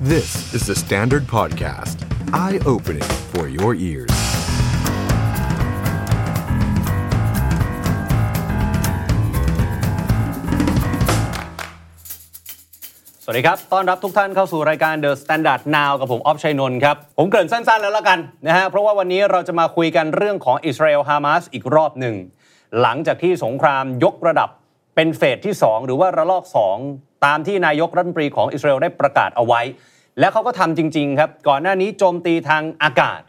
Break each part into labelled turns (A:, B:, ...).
A: This is the Standard Podcast. Eye opening for your ears.
B: Standard สวัสดีครับ ต้อนรับทุกท่านเข้าสู่รายการ The Standard Now กับผมออฟชัยนนท์ครับ ผมเกริ่นสั้นๆแล้วละกันนะฮะ เพราะว่าวันนี้เราจะมาคุยกันเรื่องของอิสราเอลฮามาสอีกรอบหนึ่ง หลังจากที่สงครามยกระดับเป็นเฟสที่ 2 หรือว่าระลอก 2 ตามที่นายกรัฐมนตรีของอิสราเอลได้ประกาศเอาไว้ และเขาก็ทำจริง ๆ ครับ ก่อนหน้านี้โจมตีทางอากาศ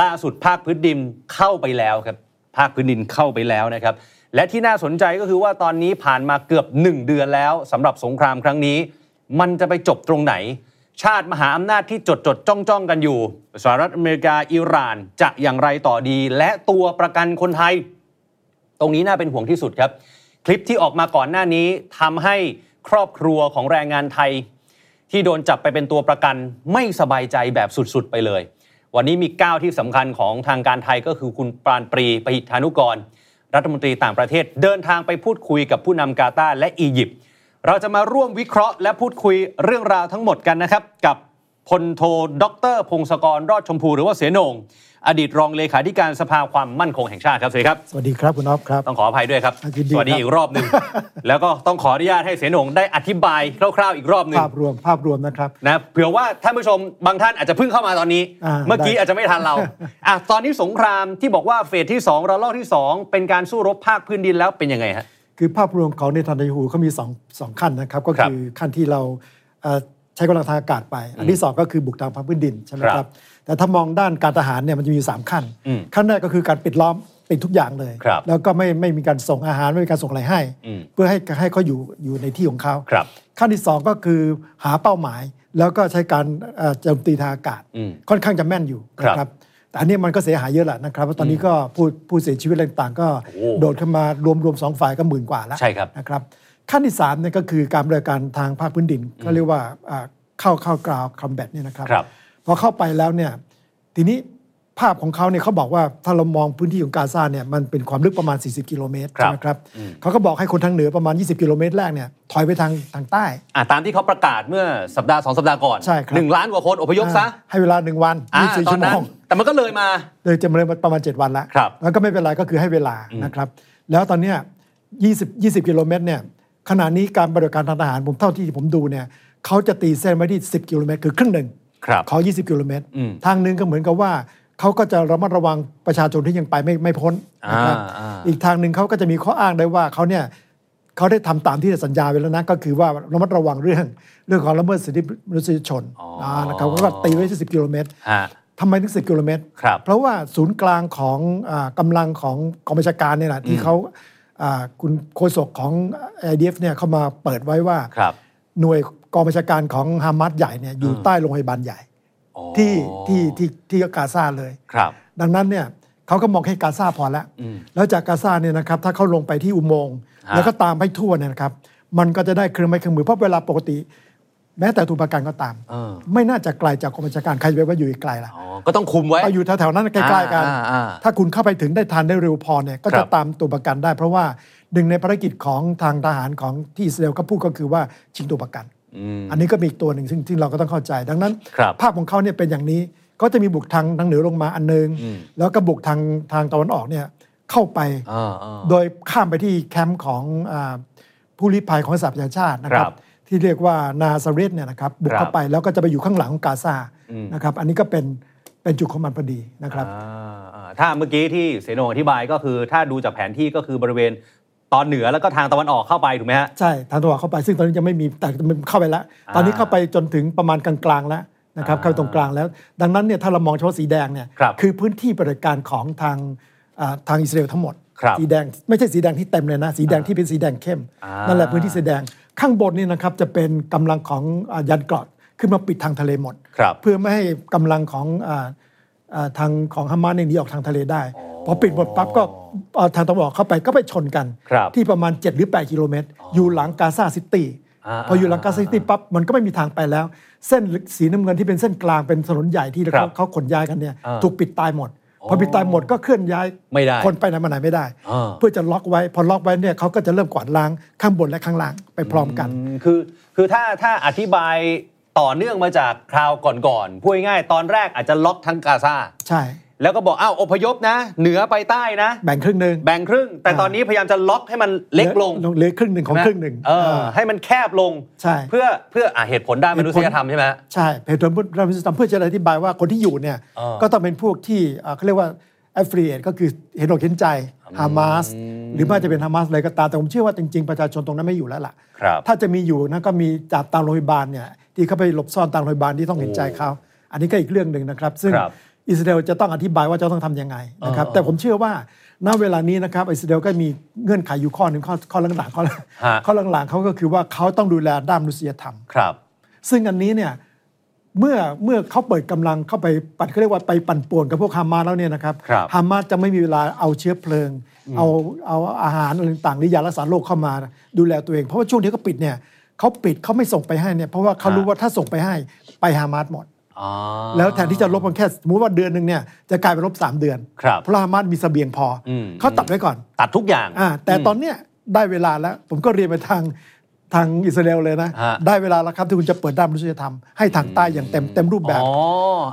B: ล่าสุดภาคพื้นดินเข้าไปแล้วครับ ภาคพื้นดินเข้าไปแล้วนะครับ และที่น่าสนใจก็คือว่าตอนนี้ผ่านมาเกือบ 1 เดือนแล้วสำหรับสงครามครั้งนี้ มันจะไปจบตรงไหน ชาติมหาอำนาจที่จดจดจ้องจ้องๆกันอยู่สหรัฐอเมริกาอิหร่านจะอย่างไรต่อดี และตัวประกันคนไทย ตรงนี้น่าเป็นห่วงที่สุดครับ คลิปที่ออกมาก่อนหน้านี้ทำให้ครอบครัวของแรงงานไทย ที่โดนจับไปเป็นตัวประกันไม่สบายใจแบบสุดๆ ไปเลย วันนี้มีก้าวที่สำคัญของทางการไทยก็คือคุณปราณปรีประหิทธานุกร รัฐมนตรีต่างประเทศเดินทางไปพูดคุยกับผู้นำกาตาร์และอียิปต์เราจะมาร่วมวิเคราะห์และพูดคุยเรื่องราวทั้งหมดกันนะครับ กับพลโทดอกเตอรพงศกรรอดชมพูหรือว่าเสนงอดีตรองเลขาธิการสภาความมั่นคงแห่งชาติครับสวัสดีครับ
C: สวัสดีครับ คุณอ๊อฟครับ
B: ต้องขออภัยด้วยครับ
C: ยินดี
B: สวัสดี
C: ครับ
B: อีกรอบห นึ่ง แล้วก็ต้องขออนุญาตให้เสนงได้อธิบายคร่าวๆอีกรอบหนึ่ง
C: ภาพรวมภาพรวมนะครับ
B: นะเผื่อว่าท่านผู้ชมบางท่านอาจจะเพิ่งเข้ามาตอนนี้
C: อ่า
B: เมื่อกี้
C: ได้
B: อาจจะไม่ทัน เรา อ่ะตอนนี้สงครามที่บอกว่าเฟสที่2ระลอกที่ 2 เป็นการสู้รบภาคพื้นดินแล้วเป็นยังไงฮะ
C: คือภาพรวมของเนทันยาฮูเขามีสองสองขั้นนะครับ ก็
B: ครับ
C: คือขั้นที่เราเอ่อใช้กำลังทางอากาศไป อันที่สองก็คือบุกทางภาคพื้นดินใช่ไหม
B: ค
C: ค
B: รั
C: รั
B: บบ
C: แต่ถ้ามองด้านการทหารเนี่ยมันจะมีอยู่สามขั้น
B: อืม
C: ขั้นแรกก็คือการปิดล้อมปิดทุกอย่างเลย
B: ครับ
C: แล้วก็ไม่ไม่มีการส่งอาหารไม่มีการส่งอะไรให้
B: อืม
C: เพื่อให้ให้เขาอยู่อยู่ในที่ของเขา
B: ครับ
C: ขั้นที่ 2 ก็คือหาเป้าหมาย แล้วก็ใช้การเอ่อโจมตีทางอากาศ
B: อืม
C: ค่อนข้างจะแม่นอยู่
B: ครับ
C: นะครับแต่อันนี้มันก็เสียหายเยอะแหละนะครับเพราะตอนนี้ก็ผู้ผู้เสียชีวิตอะไรต่างๆก็
B: โอ้
C: โดดขึ้นมารวมรวมสองฝ่ายก็หมื่นกว่าแล้ว
B: ใช่ครับ
C: นะครับขั้นที่3เนี่ยก็คือการบริการทางภาคพื้นดินก็เรียกว่าอ่าเข้าเข้ากราวคอมแบทเนี่ยนะครับ
B: ครับ
C: พอเข้าไปแล้วเนี่ยทีนี้ภาพของเขาเนี่ยเขาบอกว่าถ้าเรามองพื้นที่ของกาซาเนี่ยมันเป็นความลึกประมาณ 40 กิโลเมตร
B: ครับ
C: ใช่ไหมครับเขาก็บอกให้คนทางเหนือประมาณ 20 กิโลเมตรแรกเนี่ยถอยไปทางทางใต้
B: อ่ะตามที่เขาประกาศเมื่อสัปดาห์สองสัปดาห์ก่อน
C: ใช่ครับ
B: หนึ่งล้านกว่าคนอพยพซะ
C: อ่าให้เวลาหนึ่งวัน
B: อ่า
C: 24
B: ตอ
C: ชั่
B: น
C: วโม
B: นั้น
C: ง
B: แต่มันก็เลยมา
C: เลยจะมาเลยประมาณ 7 วันละ
B: ครับ
C: แล้วก็ไม่เป็นไรก็คือให้เวลานะครับ แล้วตอนเนี้ย20 20 กิโลเมตรเนี่ยขณะนี้การบริการทางทหารผมเท่าที่ผมดูเนี่ยเขาจะตีเส้นไว้ที่ 10 กิโลเมตร คือครึ่งหนึ่ง
B: ครับ
C: ขอ 20 กิโลเมตร
B: อืม
C: ทางหนึงก็เหมือนกับว่าเขาก็จะระมัดระวังประชาชนที่ยังไปไม่ไม่พ้นนะครับ
B: อ่าอ่า
C: อีกทางหนึ่งเขาก็จะมีข้ออ้างได้ว่าเขาเนี่ยเขาได้ทำตามที่สัญญาไว้แล้วนะก็คือว่าระมัดระวังเรื่องเรื่องของละเมิดสิทธิมนุษยชน
B: อ๋ออ่
C: านะครับเขาก็ตีไว้ที่ 10 กิโลเมตร
B: ฮะ
C: ทำไมถึง 10 กิโลเมตร
B: ครับ
C: เพราะว่าศูนย์กลางของอากำลังของกองบัญชาการเนี่ยแหละที่เขาอ่าคุณโฆษกของ i d f เนี่ยเข้ามาเปิดไว้ว่า
B: ครับ
C: หน่วยกองบัญชาการของฮามาสใหญ่เนี่ยอยู่ใต้โรงพยาบาลใหญ่
B: อ๋อ
C: ที่ที่ที่ที่กาซาเลย
B: ครับ
C: ดังนั้นเนี่ยเขาก็มองแค่กาซาพอแล้ว แล้วจากกาซาเนี่ยนะครับถ้าเขาลงไปที่อุโมงค์
B: ฮะ
C: แล้วก็ตามไปทั่วเนี่ยนะครับ มันก็จะได้เครื่องไม้เครื่องมือเพราะเวลาปกติ แม้แต่ตัวประกันก็ตาม
B: เออ
C: ไม่น่าจะไกลจากกองบัญชาการใครจะไปว่าอยู่ไกลล่ะ
B: อ๋อก็ต้องคุมไว้
C: เอาอยู่แถวๆนั้นใกล้ ๆ กัน
B: อ่าอ่า
C: ถ้าคุณเข้าไปถึงได้ทันได้เร็วพอเนี่ยก็
B: ครั
C: จะ
B: บ
C: ตามตัวประกันได้ เพราะว่าหนึ่งในภารกิจของทางทหารของที่อิสราเอลก็พูดก็คือว่าชิงตัวประกัน
B: อืม
C: อันนี้ก็มีอีกตัวหนึ่งซึ่งที่เราก็ต้องเข้าใจ ดังนั้น
B: ครับ
C: ภาพของเขาเนี่ยเป็นอย่างนี้ก็จะมีบุกทางทางเหนือลงมาอันหนึง
B: อืม
C: แล้วก็บุกทางทางตะวันออกเนี่ยเข้าไป
B: อ่าอ่า
C: โดยข้ามไปที่แคมป์ของอาผู้ลี้ภัยของสหประชาชาตินะครั
B: ครับ
C: บ ที่เรียกว่านาซาเรตเนี่ยนะครับบุก
B: ครั
C: เข้า
B: บ
C: ไปแล้วก็จะไปอยู่ข้างหลังของกาซา
B: อืม
C: นะครับอันนี้ก็เป็นเป็นจุดของมันพอดีนะครับ
B: อ่าอ่าถ้าเมื่อกี้ที่เสนงอธิบายก็คือ ถ้าดูจากแผนที่ก็คือบริเวณตอนเหนือแล้วก็ทางตะวันออกเข้าไปถูกไหมฮะ
C: ใช่ทางตะวันออกเข้าไปซึ่งตอนนี้ยังไม่มีแต่มันเข้าไปแล้ว
B: อ่า
C: ตอนนี้เข้าไปจนถึงประมาณกลางๆแล้วนะครับ
B: อ่า
C: เข้าไปตรงกลางแล้ว ดังนั้นเนี่ยถ้าเรามองเฉพาะสีแดงเนี่ย
B: ครับ
C: อพื้นที่ปฏิบัติการของทางอ่าทางอิสราเอลทั้งหมด
B: ครับ
C: สีแดงไม่ใช่สีแดงที่เต็มเลยนะ สีแดงที่เป็นสีแดงเข้ม
B: อ่านั่
C: นั่นแหละพื้นที่สีแดงข้างบนนี่นะครับจะเป็นกำลังของอ่ายันเกราะขึ้นมาปิดทางทะเลหมด
B: ครับ
C: เพื่อไม่ให้กำลังของอ่าอ่าทางของฮามาสเนี่ยหนีออกทางทะเลได้พอปิดหมดปั๊บก็เอาทางตะวันออกเข้าไปก็ไปชนกัน
B: ครับ
C: ที่ประมาณ 7 หรือ 8 กิโลเมตร อยู่หลังกาซาซิตี้
B: อ่า
C: พออยู่หลังกาซาซิตี้ปั๊บมันก็ไม่มีทางไปแล้ว เส้นสีน้ำเงินที่เป็นเส้นกลางเป็นถนนใหญ่ที่
B: ครับ
C: เขาเขาขนย้ายกันเนี่ย
B: อ่า
C: ถูกปิดตายหมด พอปิดตายหมดก็เคลื่อนย้าย
B: ไม่ได้
C: คนไปไหนมาไหนไม่ได้
B: อ่า
C: เพื่อจะล็อกไว้ พอล็อกไว้เนี่ยเขาก็จะเริ่มกวาดล้างข้างบนและข้างล่างไปพร้อมกัน
B: อืมคือคือถ้าถ้าอธิบาย ต่อเนื่องมาจากคราวก่อนๆพูดง่ายๆตอนแรกอาจจะล็อกทั้งกาซา
C: ใช่
B: แล้วก็บอกอ้าวอพยพนะ เหนือไปใต้นะ
C: แบ่งครึ่งหนึ่ง
B: แบ่งครึ่ง แต่ตอนนี้พยายามจะล็อกให้มันเล็กลง
C: เหอเหลือครึ่งหนึ่งของครึ่งหนึ่ง
B: เออ
C: เออ
B: ให้มันแคบลง
C: ใช่
B: เพื่อเพื่ออ่ะเหตุผลด้านมนุษยธรรมใช่ไหมฮะ
C: ใช่เพจเดิมพุทธเราจะทำเพื่อจะอธิบายว่าคนที่อยู่เนี่ย
B: เออ
C: ก็ต้องเป็นพวกที่เอ่อเขาเรียกว่าแอฟริเอตก็คือเห็นอกเห็นใจฮามาสหรือไม่ว่าจะเป็นฮามาสอะไรก็ตามแต่ผมเชื่อว่าจริงๆ ประชาชนตรงนั้นไม่อยู่แล้วล่ะ
B: ครับ
C: ถ้าจะมีอยู่นะก็มีจากตามโรงพยาบาลเนี่ยที่เขาไปหลบซ่อนตามโรงพยาบาลที่ต้องเห็นใจเขาอันนี้ก็อีกเรื่องหนึ่งนะครับ ซึ่ง
B: ครับ
C: อิสราเอลจะต้องอธิบายว่าจะต้องทำยังไงนะครับแต่ผมเชื่อว่าณเวลานี้นะครับอิสราเอลก็มีเงื่อนไขอยู่ข้อหนึ่งข้อข้อหลังๆข้อ
B: ฮะ
C: ข้อหลังๆเขาก็คือว่าเขาต้องดูแลด้านมนุษยธรรม
B: ครับ
C: ซึ่งอันนี้เนี่ยเมื่อเมื่อเขาเปิดกำลังเข้าไปปัดเขาเรียกว่าไปปั่นป่วนกับพวกฮามาสแล้วเนี่ยนะครับ
B: ครับ
C: ฮามาสจะไม่มีเวลาเอาเชื้อเพลิง เอาเอาอาหารอะไรต่างๆหรือยารักษาโรคเข้ามาดูแลตัวเอง เพราะว่าช่วงที่เขาปิดเนี่ยเขาปิดเขาไม่ส่งไปให้เนี่ยเพราะว่าเขา
B: ฮะ
C: รู้ว่าถ้าส่งไปให้ไปฮามาสหมด
B: อ๋อ
C: แล้วแทนที่จะลบมันแค่สมมติว่าเดือนหนึ่งเนี่ยจะกลายเป็นลบสามเดือน
B: ครับ
C: เพราะฮามาสมีเสบียงพออ
B: ม
C: เขาตัดไว้ก่อน
B: ตัดทุกอย่าง
C: อ่าแต่ตอนเนี้ยได้เวลาแล้ว ผมก็เรียนไปทางทางอิสราเอลเลยนะ
B: ฮะ
C: ได้เวลาแล้วครับที่คุณจะเปิดด้านมนุษยธรรมให้ทางใต้อย่างเต็มเต็มรูปแบบ
B: อ๋อ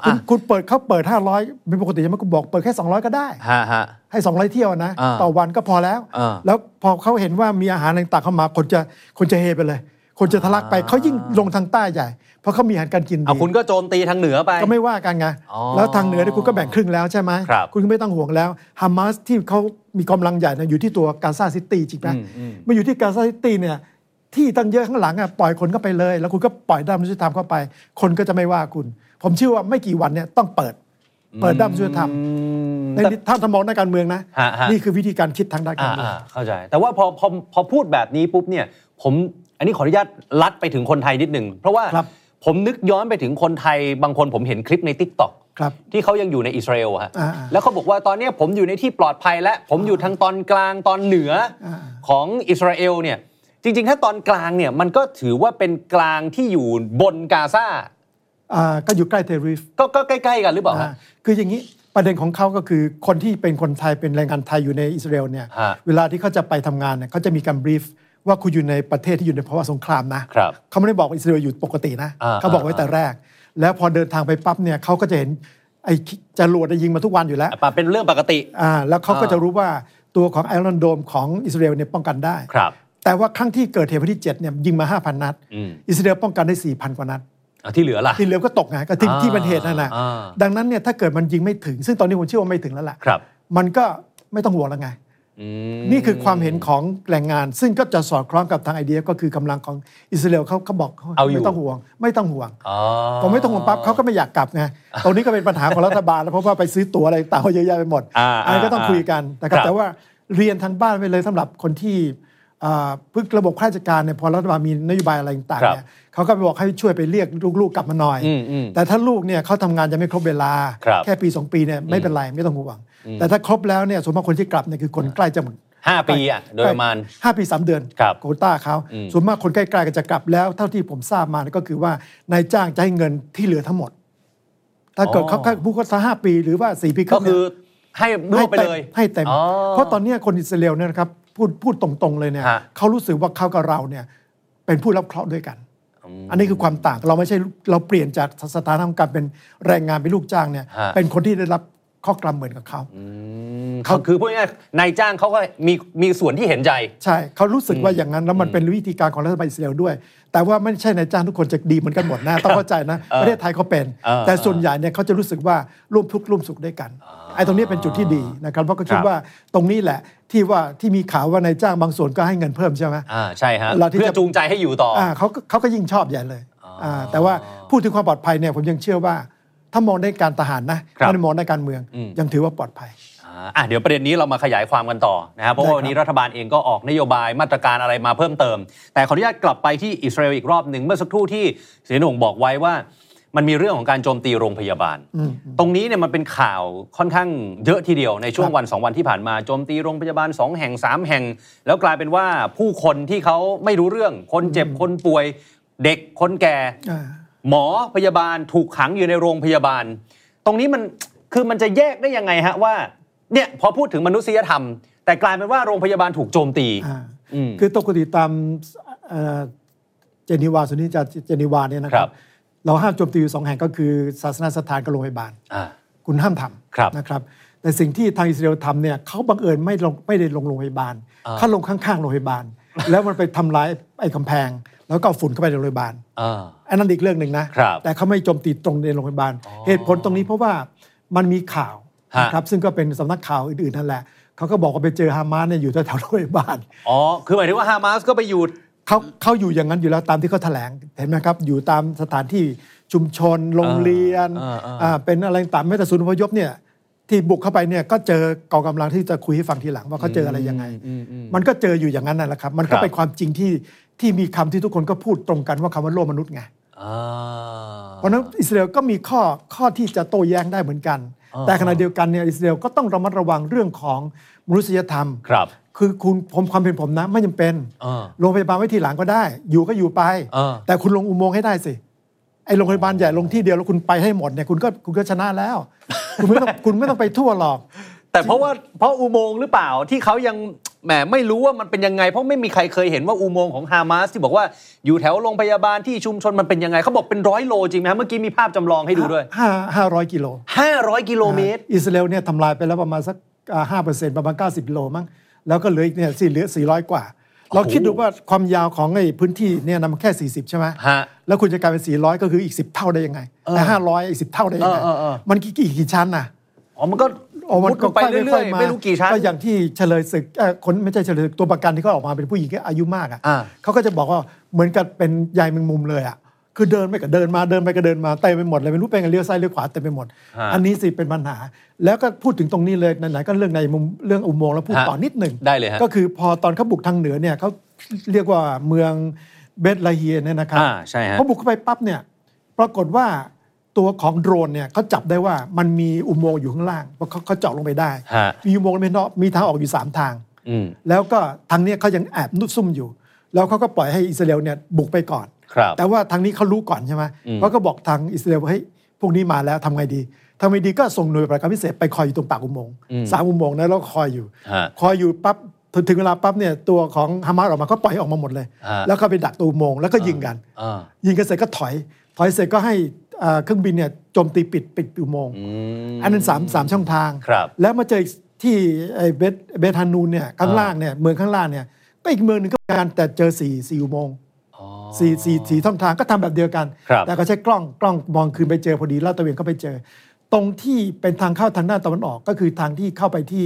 C: คุณ
B: อ่ะ
C: คุณเปิดเขาเปิด 500เป็นปกติใช่ไหมคุณบอกเปิดแค่ 200 ก็ได้
B: ฮะฮะ
C: ให้ 200 เที่ยวนะ
B: อ่า
C: ต่อวันก็พอแล้ว
B: อ่า
C: แล้วพอเขาเห็นว่ามีอาหารต่างๆเข้ามาคนจะคนจะเฮไปเลย คนจะทะลักไปเขายิ่งลงทางใต้ใหญ่ เพราะเขามีอาหารการกิน
B: เอา
C: ดี
B: คุณก็โจมตีทางเหนือไป
C: ก็ไม่ว่ากันไง
B: อ๋อ
C: แล้วทางเหนือเนี่ยคุณก็แบ่งครึ่งแล้วใช่ไหม
B: ครับ
C: คุณก็ไม่ต้องห่วงแล้วฮามาสที่เขามีกำลังใหญ่เนี่ยอยู่ที่ตัวกาซาซิตี้จริงไหม
B: อืมอืม
C: มาอยู่ที่กาซาซิตี้เนี่ยที่ตั้งเยอะข้างหลังอ่ะปล่อยคนเข้าไปเลย แล้วคุณก็ปล่อยด้ามมนุษยธรรมเข้าไป คนก็จะไม่ว่าคุณ ผมเชื่อว่าไม่กี่วันเนี่ยต้องเปิด เปิดด้ามมนุษยธรรมใน
B: แต่
C: ถ้าทมองด้านการเมืองนะ
B: ฮะฮะ
C: นี่คือวิธีการคิดทางด้านการ
B: อ่า
C: เมือง
B: อ่าเข้าใจ แต่ว่าพอพอพอพูดแบบนี้ปุ๊บเนี่ย ผมอันนี้ขออนุญาตลัดไปถึงคนไทยนิดหนึ่งเพราะว่า
C: ครับ
B: ผมนึกย้อนไปถึงคนไทยบางคนผมเห็นคลิปใน t ิ k t o k
C: ครับ
B: ที่เขายังอยู่ในอิสราเอลอะฮะ
C: อ่าอ่า
B: แล้วเขาบอกว่าตอนเนี้ยผมอยู่ในที่ปลอดภัยและผมอยู่ทางตอนกลางตอนเหนืออา ของอิสราเอลเนี่ยจริง ๆ ถ้าตอนกลางเนี่ยมันก็ถือว่าเป็นกลางที่อยู่บนกาซา
C: อ่าก็อยู่ใกล้เทริฟ
B: ก็ก็ใกล้ๆกันหรือเปล่าฮะ
C: อ่าคืออย่างนี้ประเด็นของเขาก็คือคนที่เป็นคนไทยเป็นแรงงานไทยอยู่ในอิสราเอลเนี่ย
B: ฮะ
C: เวลาที่เขาจะไปทำงานเนี่ยเขาจะมีการบรีฟว่าคุณอยู่ในประเทศที่อยู่ในภาวะสงครามนะครับ เขาไม่ได้บอกว่าอิสราเอลอยู่ปกตินะ
B: อ่า
C: เขาบอกไว้แต่แรก แล้วพอเดินทางไปปั๊บเนี่ยเขาก็จะเห็นไอ้จรวดเนี่ยยิงมาทุกวันอยู่แล้ว
B: ะเป็นเรื่องปกติ
C: อ่าแล้วเขาก็
B: อ่า
C: จะรู้ว่าตัวของไอรอนโดมของอิสราเอลเนี่ยป้องกันได้
B: ครับ
C: แต่ว่าครั้งที่เกิดเหตุวันที่เจ็ดเนี่ยยิงมา 5,000 นัด
B: อืม
C: อิสราเอลป้องกันได้4,000กว่านัด
B: อ่ะที่เหลือล่ะ
C: ที่เหลือก็ตกไงก็ที่
B: อ่า
C: ที่มันเหตุนั่นนะ
B: อ่า
C: ดังนั้นเนี่ยถ้าเกิดมันยิงไม่ถึง ซึ่งตอนนี้ผมเชื่อว่าไม่ถึงแล้วล่ะ
B: ครับ
C: มันก็ไม่ต้องห่วงแล้วไง
B: อืม
C: นี่คือความเห็นของแรงงาน ซึ่งก็จะสอดคล้องกับทางไอเดียก็คือกำลังของอิสราเอลเขาเขาบอก
B: เอาอยู่
C: ไม่ต้องห่วง ไม่ต้องห่วง
B: อ๋อ
C: พอไม่ต้องห่วงปั๊บเขาก็ไม่อยากกลับไงตรงนี้ก็เป็นปัญหาของรัฐบาลแล้วเพราะว่าไปซื้อตั๋วอะไรต่างๆเยอะแยะไปหมด
B: อ่า
C: อันนี้ก็ต้อง
B: อ่า
C: คุยกันนะครั
B: ค
C: บ
B: รับ
C: แต่ว่าเรียนทางบ้านไปเลยสำหรับคนที่อ่าพึ่งระบบข้าราชการเนี่ยพอรัฐบาลมีนโยบายอะไรต่างๆเนี่ยเขาก็ไปบอกให้ช่วยไปเรียกลูกๆกลับมาหน่อย
B: อืมอืม
C: แต่ถ้าลูกเนี่ยเขาทำงานจะไม่ครบเวลา
B: ครับ
C: แค่ปี 2 ปีเนี่ยไม่เป็นไรไม่ต้องห่วง แต่ถ้าครบแล้วเนี่ยสมมติคนที่กลับเนี่ยคือคนใกล้จะหมด
B: ห้าปีอะโดยประมาณ
C: ห้าปีสามเดือน
B: ครับ
C: โควต้าเขาส่วนมากคนใกล้ๆก็จะกลับแล้ว เท่าที่ผมทราบมาก็คือว่านายจ้างจะให้เงินที่เหลือทั้งหมด ถ้าเกิด
B: อ๋อ
C: เขาแค่พูดก็สักห้าปีหรือว่าสี่ปี
B: ก็
C: รึ่ง
B: คื
C: เนี่
B: อย ให้รวบไปเลย
C: ให้เต็ม
B: อ๋
C: ให้
B: อ
C: เต็ม เพราะตอนเนี้ยคนอิสราเอลเนี่ยนะครับพูดพูดตรงๆเลยเนี่ย
B: ฮะ
C: เขารู้สึกว่าเขากับเราเนี่ยเป็นผู้รับเคราะห์ด้วยกัน อันนี้คือความต่างเราไม่ใช่เราเปลี่ยนจากสถานะของการเป็นแรงงานเป็นลูกจ้างเนี่ย
B: ฮะ
C: เป็นคนที่ได้รับข้อกรรมเหมือนกับเขา
B: อืมเขาคือพูดง่ายๆนายจ้างเขาก็มีมีส่วนที่เห็นใจ
C: ใช่เขารู้สึกว่าอย่างนั้นแล้วมันเป็นวิธีการของรัฐบาลอิสราเอลด้วย แต่ว่าไม่ใช่นายจ้างทุกคนจะดีเหมือนกันหมด นะต้องเข้าใจนะประเทศไทยเขาเป็น
B: เออ
C: แต่ส่วนใหญ่เนี่ยเขาจะรู้สึกว่าร่วมทุกข์ร่วมสุขด้วยกันไอ้ตรงนี้เป็นจุดที่ดีนะครับเพราะก็
B: ค
C: คิด
B: รับ
C: ว่าตรงนี้แหละที่ว่าที่มีข่าวว่านายจ้างบางส่วนก็ให้เงินเพิ่มใช่ไหม
B: อ่าใช่ฮะ
C: เราที่
B: เพื่อ
C: จะ
B: จูงใจให้อยู่ต่ออ
C: อ่าเขาก็เขาก็ยิ่งชอบใหญ่เลยอ่าแต่ว่าพูดถึงความปลอดภัยเนี่ยผมยังเชื่อว่า ถ้ามองในการทหารนะครับ ไม่ได้มองในการเมือง
B: อืม
C: ยังถือว่าปลอดภัย
B: อ่าอ่ะเดี๋ยวประเด็นนี้เรามาขยายความกันต่อนะครับเพราะว่าวันนี้รัฐบาลเองก็ออกนโยบายมาตรการอะไรมาเพิ่มเติม แต่ขออนุญาตกลับไปที่อิสราเอลอีกรอบหนึ่งเมื่อสักครู่ที่เสียหนงบอกไว้ว่า มันมีเรื่องของการโจมตีโรงพยาบาล ตรงนี้เนี่ยมันเป็นข่าวค่อนข้างเยอะทีเดียวในช่วง
C: ครับ
B: วัน 2 วันที่ผ่านมาโจมตีโรงพยาบาล 2 แห่ง 3 แห่ง แล้วกลายเป็นว่าผู้คนที่เขาไม่รู้เรื่องคนเจ็บคนป่วย เด็กคนแก่
C: อ่า
B: หมอพยาบาลถูกขังอยู่ในโรงพยาบาล ตรงนี้มันคือมันจะแยกได้ยังไงฮะว่าเนี่ยพอพูดถึงมนุษยธรรม แต่กลายเป็นว่าโรงพยาบาลถูกโจมตี
C: อ่า
B: อืม
C: คือปกติตามเอ่อเจนีวาสุนิจาเจนีวาเนี่ยนะค
B: ครั
C: รั
B: บบ
C: เราห้ามโจมตีอยู่สองแห่งก็คือศาสนสถานกับโรงพยาบาล
B: อ่า
C: คุณห้ามท
B: ครับ
C: ำนะครับ แต่สิ่งที่ทางอิสราเอลทำเนี่ยเขาบังเอิญไม่ลงไม่ได้ลงโรงพยาบาลเขาลงข้างๆโรงพยาบาล แล้วมันไปทำลายไอ้กำแพง แล้วก็เอาฝุ่นเข้าไปในโรงพยาบาล
B: อ่า
C: อันนั้นอีกเรื่องหนึ่งนะครับ แต่เขาไม่โจมตีตรงในโรงพยาบาล เหตุผลตรงนี้เพราะว่ามันมีข่าว
B: ฮะ
C: นะครับซึ่งก็เป็นสำนักข่าวอื่นๆนั่นแหละเขาก็บอกว่าไปเจอฮามาสเนี่ยอยู่แถวๆโรงพยาบาล
B: อ๋อ คือหมายถึงว่าฮามาสก็ไปอยู่
C: เขาเขาอยู่อย่างนั้นอยู่แล้วตามที่เขาแถลงเห็นไหมครับอยู่ตามสถานที่ชุมชนโรงเรียน
B: อ่าอ่า
C: อ่าเป็นอะไรต่างๆแม้แต่ศูนย์อพยพเนี่ยที่บุกเข้าไปเนี่ยก็เจอกองกำลังที่จะคุยให้ฟังทีหลังว่าเขาเจออะไรยังไง มันก็เจออยู่อย่างนั้นนั่นแหละครับ มันก็เป็นความจริงที่ที่มีคำที่ทุกคนก็พูดตรงกันว่าคำว่าโลกมนุษย์ไง
B: อ่า
C: เพราะฉะนั้นอิสราเอลก็มีข้อข้อที่จะโต้แย้งได้เหมือนกัน
B: อ่า
C: แต่ขณะเดียวกันเนี่ยอิสราเอลก็ต้องระมัดระวังเรื่องของมนุษยธรรม
B: ครับ
C: คือคุณผมความเป็นผมนะไม่จำเป็น
B: อ่า
C: โรงพยาบาลไว้ทีหลังก็ได้ อยู่ก็อยู่ไป
B: อ่า
C: แต่คุณลงอุโมงค์ให้ได้สิไอ้โรงพยาบาลใหญ่ลงที่เดียวแล้วคุณไปให้หมดเนี่ยคุณก็คุณก็ชนะแล้ว คุณไม่ต้องคุณไม่ต้องไปทั่วหรอก
B: แต่เพราะว่าเพราะอุโมงค์หรือเปล่าที่เขายังแหมไม่รู้ว่ามันเป็นยังไง เพราะไม่มีใครเคยเห็นว่าอุโมงค์ของฮามาสที่บอกว่าอยู่แถวโรงพยาบาลที่ชุมชนมันเป็นยังไงเขาบอกเป็นร้อยโลจริงไหมฮะเมื่อกี้มีภาพจำลองให้ดูด้วย
C: ห้าห้าร้อยกิโล
B: 500 กิโลเมตร
C: อิสราเอลเนี่ยทำลายไปแล้วประมาณสักห้าเปอร์เซ็นต์ประมาณเก้าสิบกิโลมั้งแล้วก็เหลืออีกเนี่ยสี่เหลือสี่ร้อยกว่า เราคิดดูว่าความยาวของไอ้พื้นที่เนี่ยนะมันแค่สี่สิบใช่ไหม
B: ฮะ
C: แล้วคุณจะกลายเป็นสี่ร้อยก็คืออีกสิบเท่าได้ยังไงแต่ห้าร้อยอีกสิบเท่าได้ยังไง
B: เออเออเออ
C: มันกี่กี่กี่ชั้นน่ะ
B: อ๋อมันก็
C: โอ้มัน
B: มุดลงไปเรื่อย
C: ๆ
B: ๆไม่รู้กี่ชั้น
C: ก็อย่างที่เฉลยศึกเอ่อคนไม่ใช่เฉลยศึกตัวประกันที่เขาออกมาเป็นผู้หญิงที่อายุมากอ่ะ
B: อ่า
C: เขาก็จะบอกว่าเหมือนกับเป็นใยายแมงมุมเลยอ่ะคือเดินไปก็เดินมาเดินไปก็เดินมาเต็มไปหมดเลยไม่รู้ไปกันเลี้ยวซ้ายเลี้ยวขวาเต็มไปหมด อันนี้สิเป็นปัญหา แล้วก็พูดถึงตรงนี้เลยไหนๆก็เรื่องในมุมเรื่องอุโมงค์แล้วพูด
B: ฮะ
C: ต่อนิดหนึ่ง
B: ได้เลยฮะ
C: ก็คือพอตอนเขาบุกทางเหนือเนี่ยเขาเรียกว่าเมืองเบธลาเฮียเนี่ยนะครับ
B: อ่าใช่ฮะ
C: เขาบุกเข้าไปปั๊บเนี่ยปรากฏว่าตัวของโดรนเนี่ยเขาจับได้ว่ามันมีอุโมงค์อยู่ข้างล่างเพราะเขาเขาเจาะลงไปได้
B: ฮะ
C: มีอุโมงค์มีเนาะมีทางออกอยู่สามทาง
B: อืม
C: แล้วก็ทางเนี้ยเขายังแอบนุดซุ่มอยู่ แล้วเขาก็ปล่อยให้อิสราเอลเนี่ยบุกไปก่อน
B: ครับ
C: แต่ว่าทางนี้เขารู้ก่อนใช่ไหมเขาก็บอกทางอิสราเอลว่าเฮ้ยพวกนี้มาแล้วทำไงดีทำไงดีก็ส่งหน่วยปฏิบัติการพิเศษไปคอยอยู่ตรงปากอุโมงค์สามอุโมงค์นะแล้วก็คอยอยู่
B: ฮะ
C: คอยอยู่ปั๊บถึงถึงเวลาปั๊บเนี่ยตัวของฮามาสออกมาก็ปล่อยออกมาหมดเลย
B: ฮะ
C: แล้วก็ไปดักตัวอุโมงค์แล้วก็ยิงกัน
B: อ่า
C: ยิงกันเสร็จก็ถอย ถอยเสร็จก็ให้เอ่อเครื่องบินเนี่ยโจมตีปิดปิดอุโมงค์
B: อืม
C: อันนั้นสามสามช่องทาง
B: ครับ
C: แล้วมาเจออีกที่ไอ้เบธเบธานูนเนี่ยข้างล่างเนี่ยเมืองข้างล่างเนี่ยก็อีกเมืองหนึ่งก็เหมือนกันแต่เจอสี่สี่อุโมงค์สี่สี่สี่ช่องทางก็ทำแบบเดียวกัน
B: ครับ
C: แต่ก็ใช้กล้องกล้องมองคืนไปเจอพอดีลาดตระเวนก็ไปเจอ ตรงที่เป็นทางเข้าทางด้านตะวันออกก็คือทางที่เข้าไปที่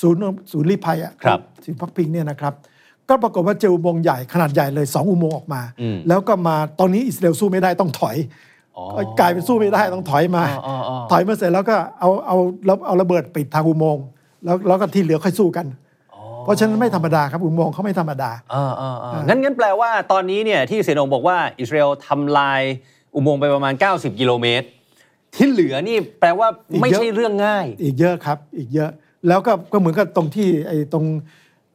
C: ศูนย์ศูนย์รีภัยอ่ะ
B: ครับ
C: ศูนย์พักพิงเนี่ยนะครับ ก็ปรากฏว่าเจออุโมงค์ใหญ่ขนาดใหญ่เลยสองอุโมงค์ออกมา แล้วก็มาตอนนี้อิสราเอลสู้ไม่ได้ต้องถอย
B: อ๋อ
C: กลายเป็นสู้ไม่ได้ต้องถอยมา
B: อ๋ออ๋อ
C: ถอยมาเสร็จแล้วก็เอาเอาเอาเอาระเบิดปิดทางอุโมงค์แล้วแล้วก็ที่เหลือค่อยสู้กัน เพราะฉะนั้นไม่ธรรมดาครับอุโมงค์เขาไม่ธรรมดา
B: อ่าอ่าอ่างั้นงั้นแปลว่าตอนนี้เนี่ยที่เสยโหนงบอกว่าอิสราเอลทำลายอุโมงค์ไปประมาณ 90 กิโลเมตร ที่เหลือนี่แปลว่า
C: อีกเยอะ
B: ไม่ใช่เรื่องง่าย
C: อีกเยอะครับอีกเยอะแล้วก็ก็เหมือนกับตรงที่ไอ้ตรง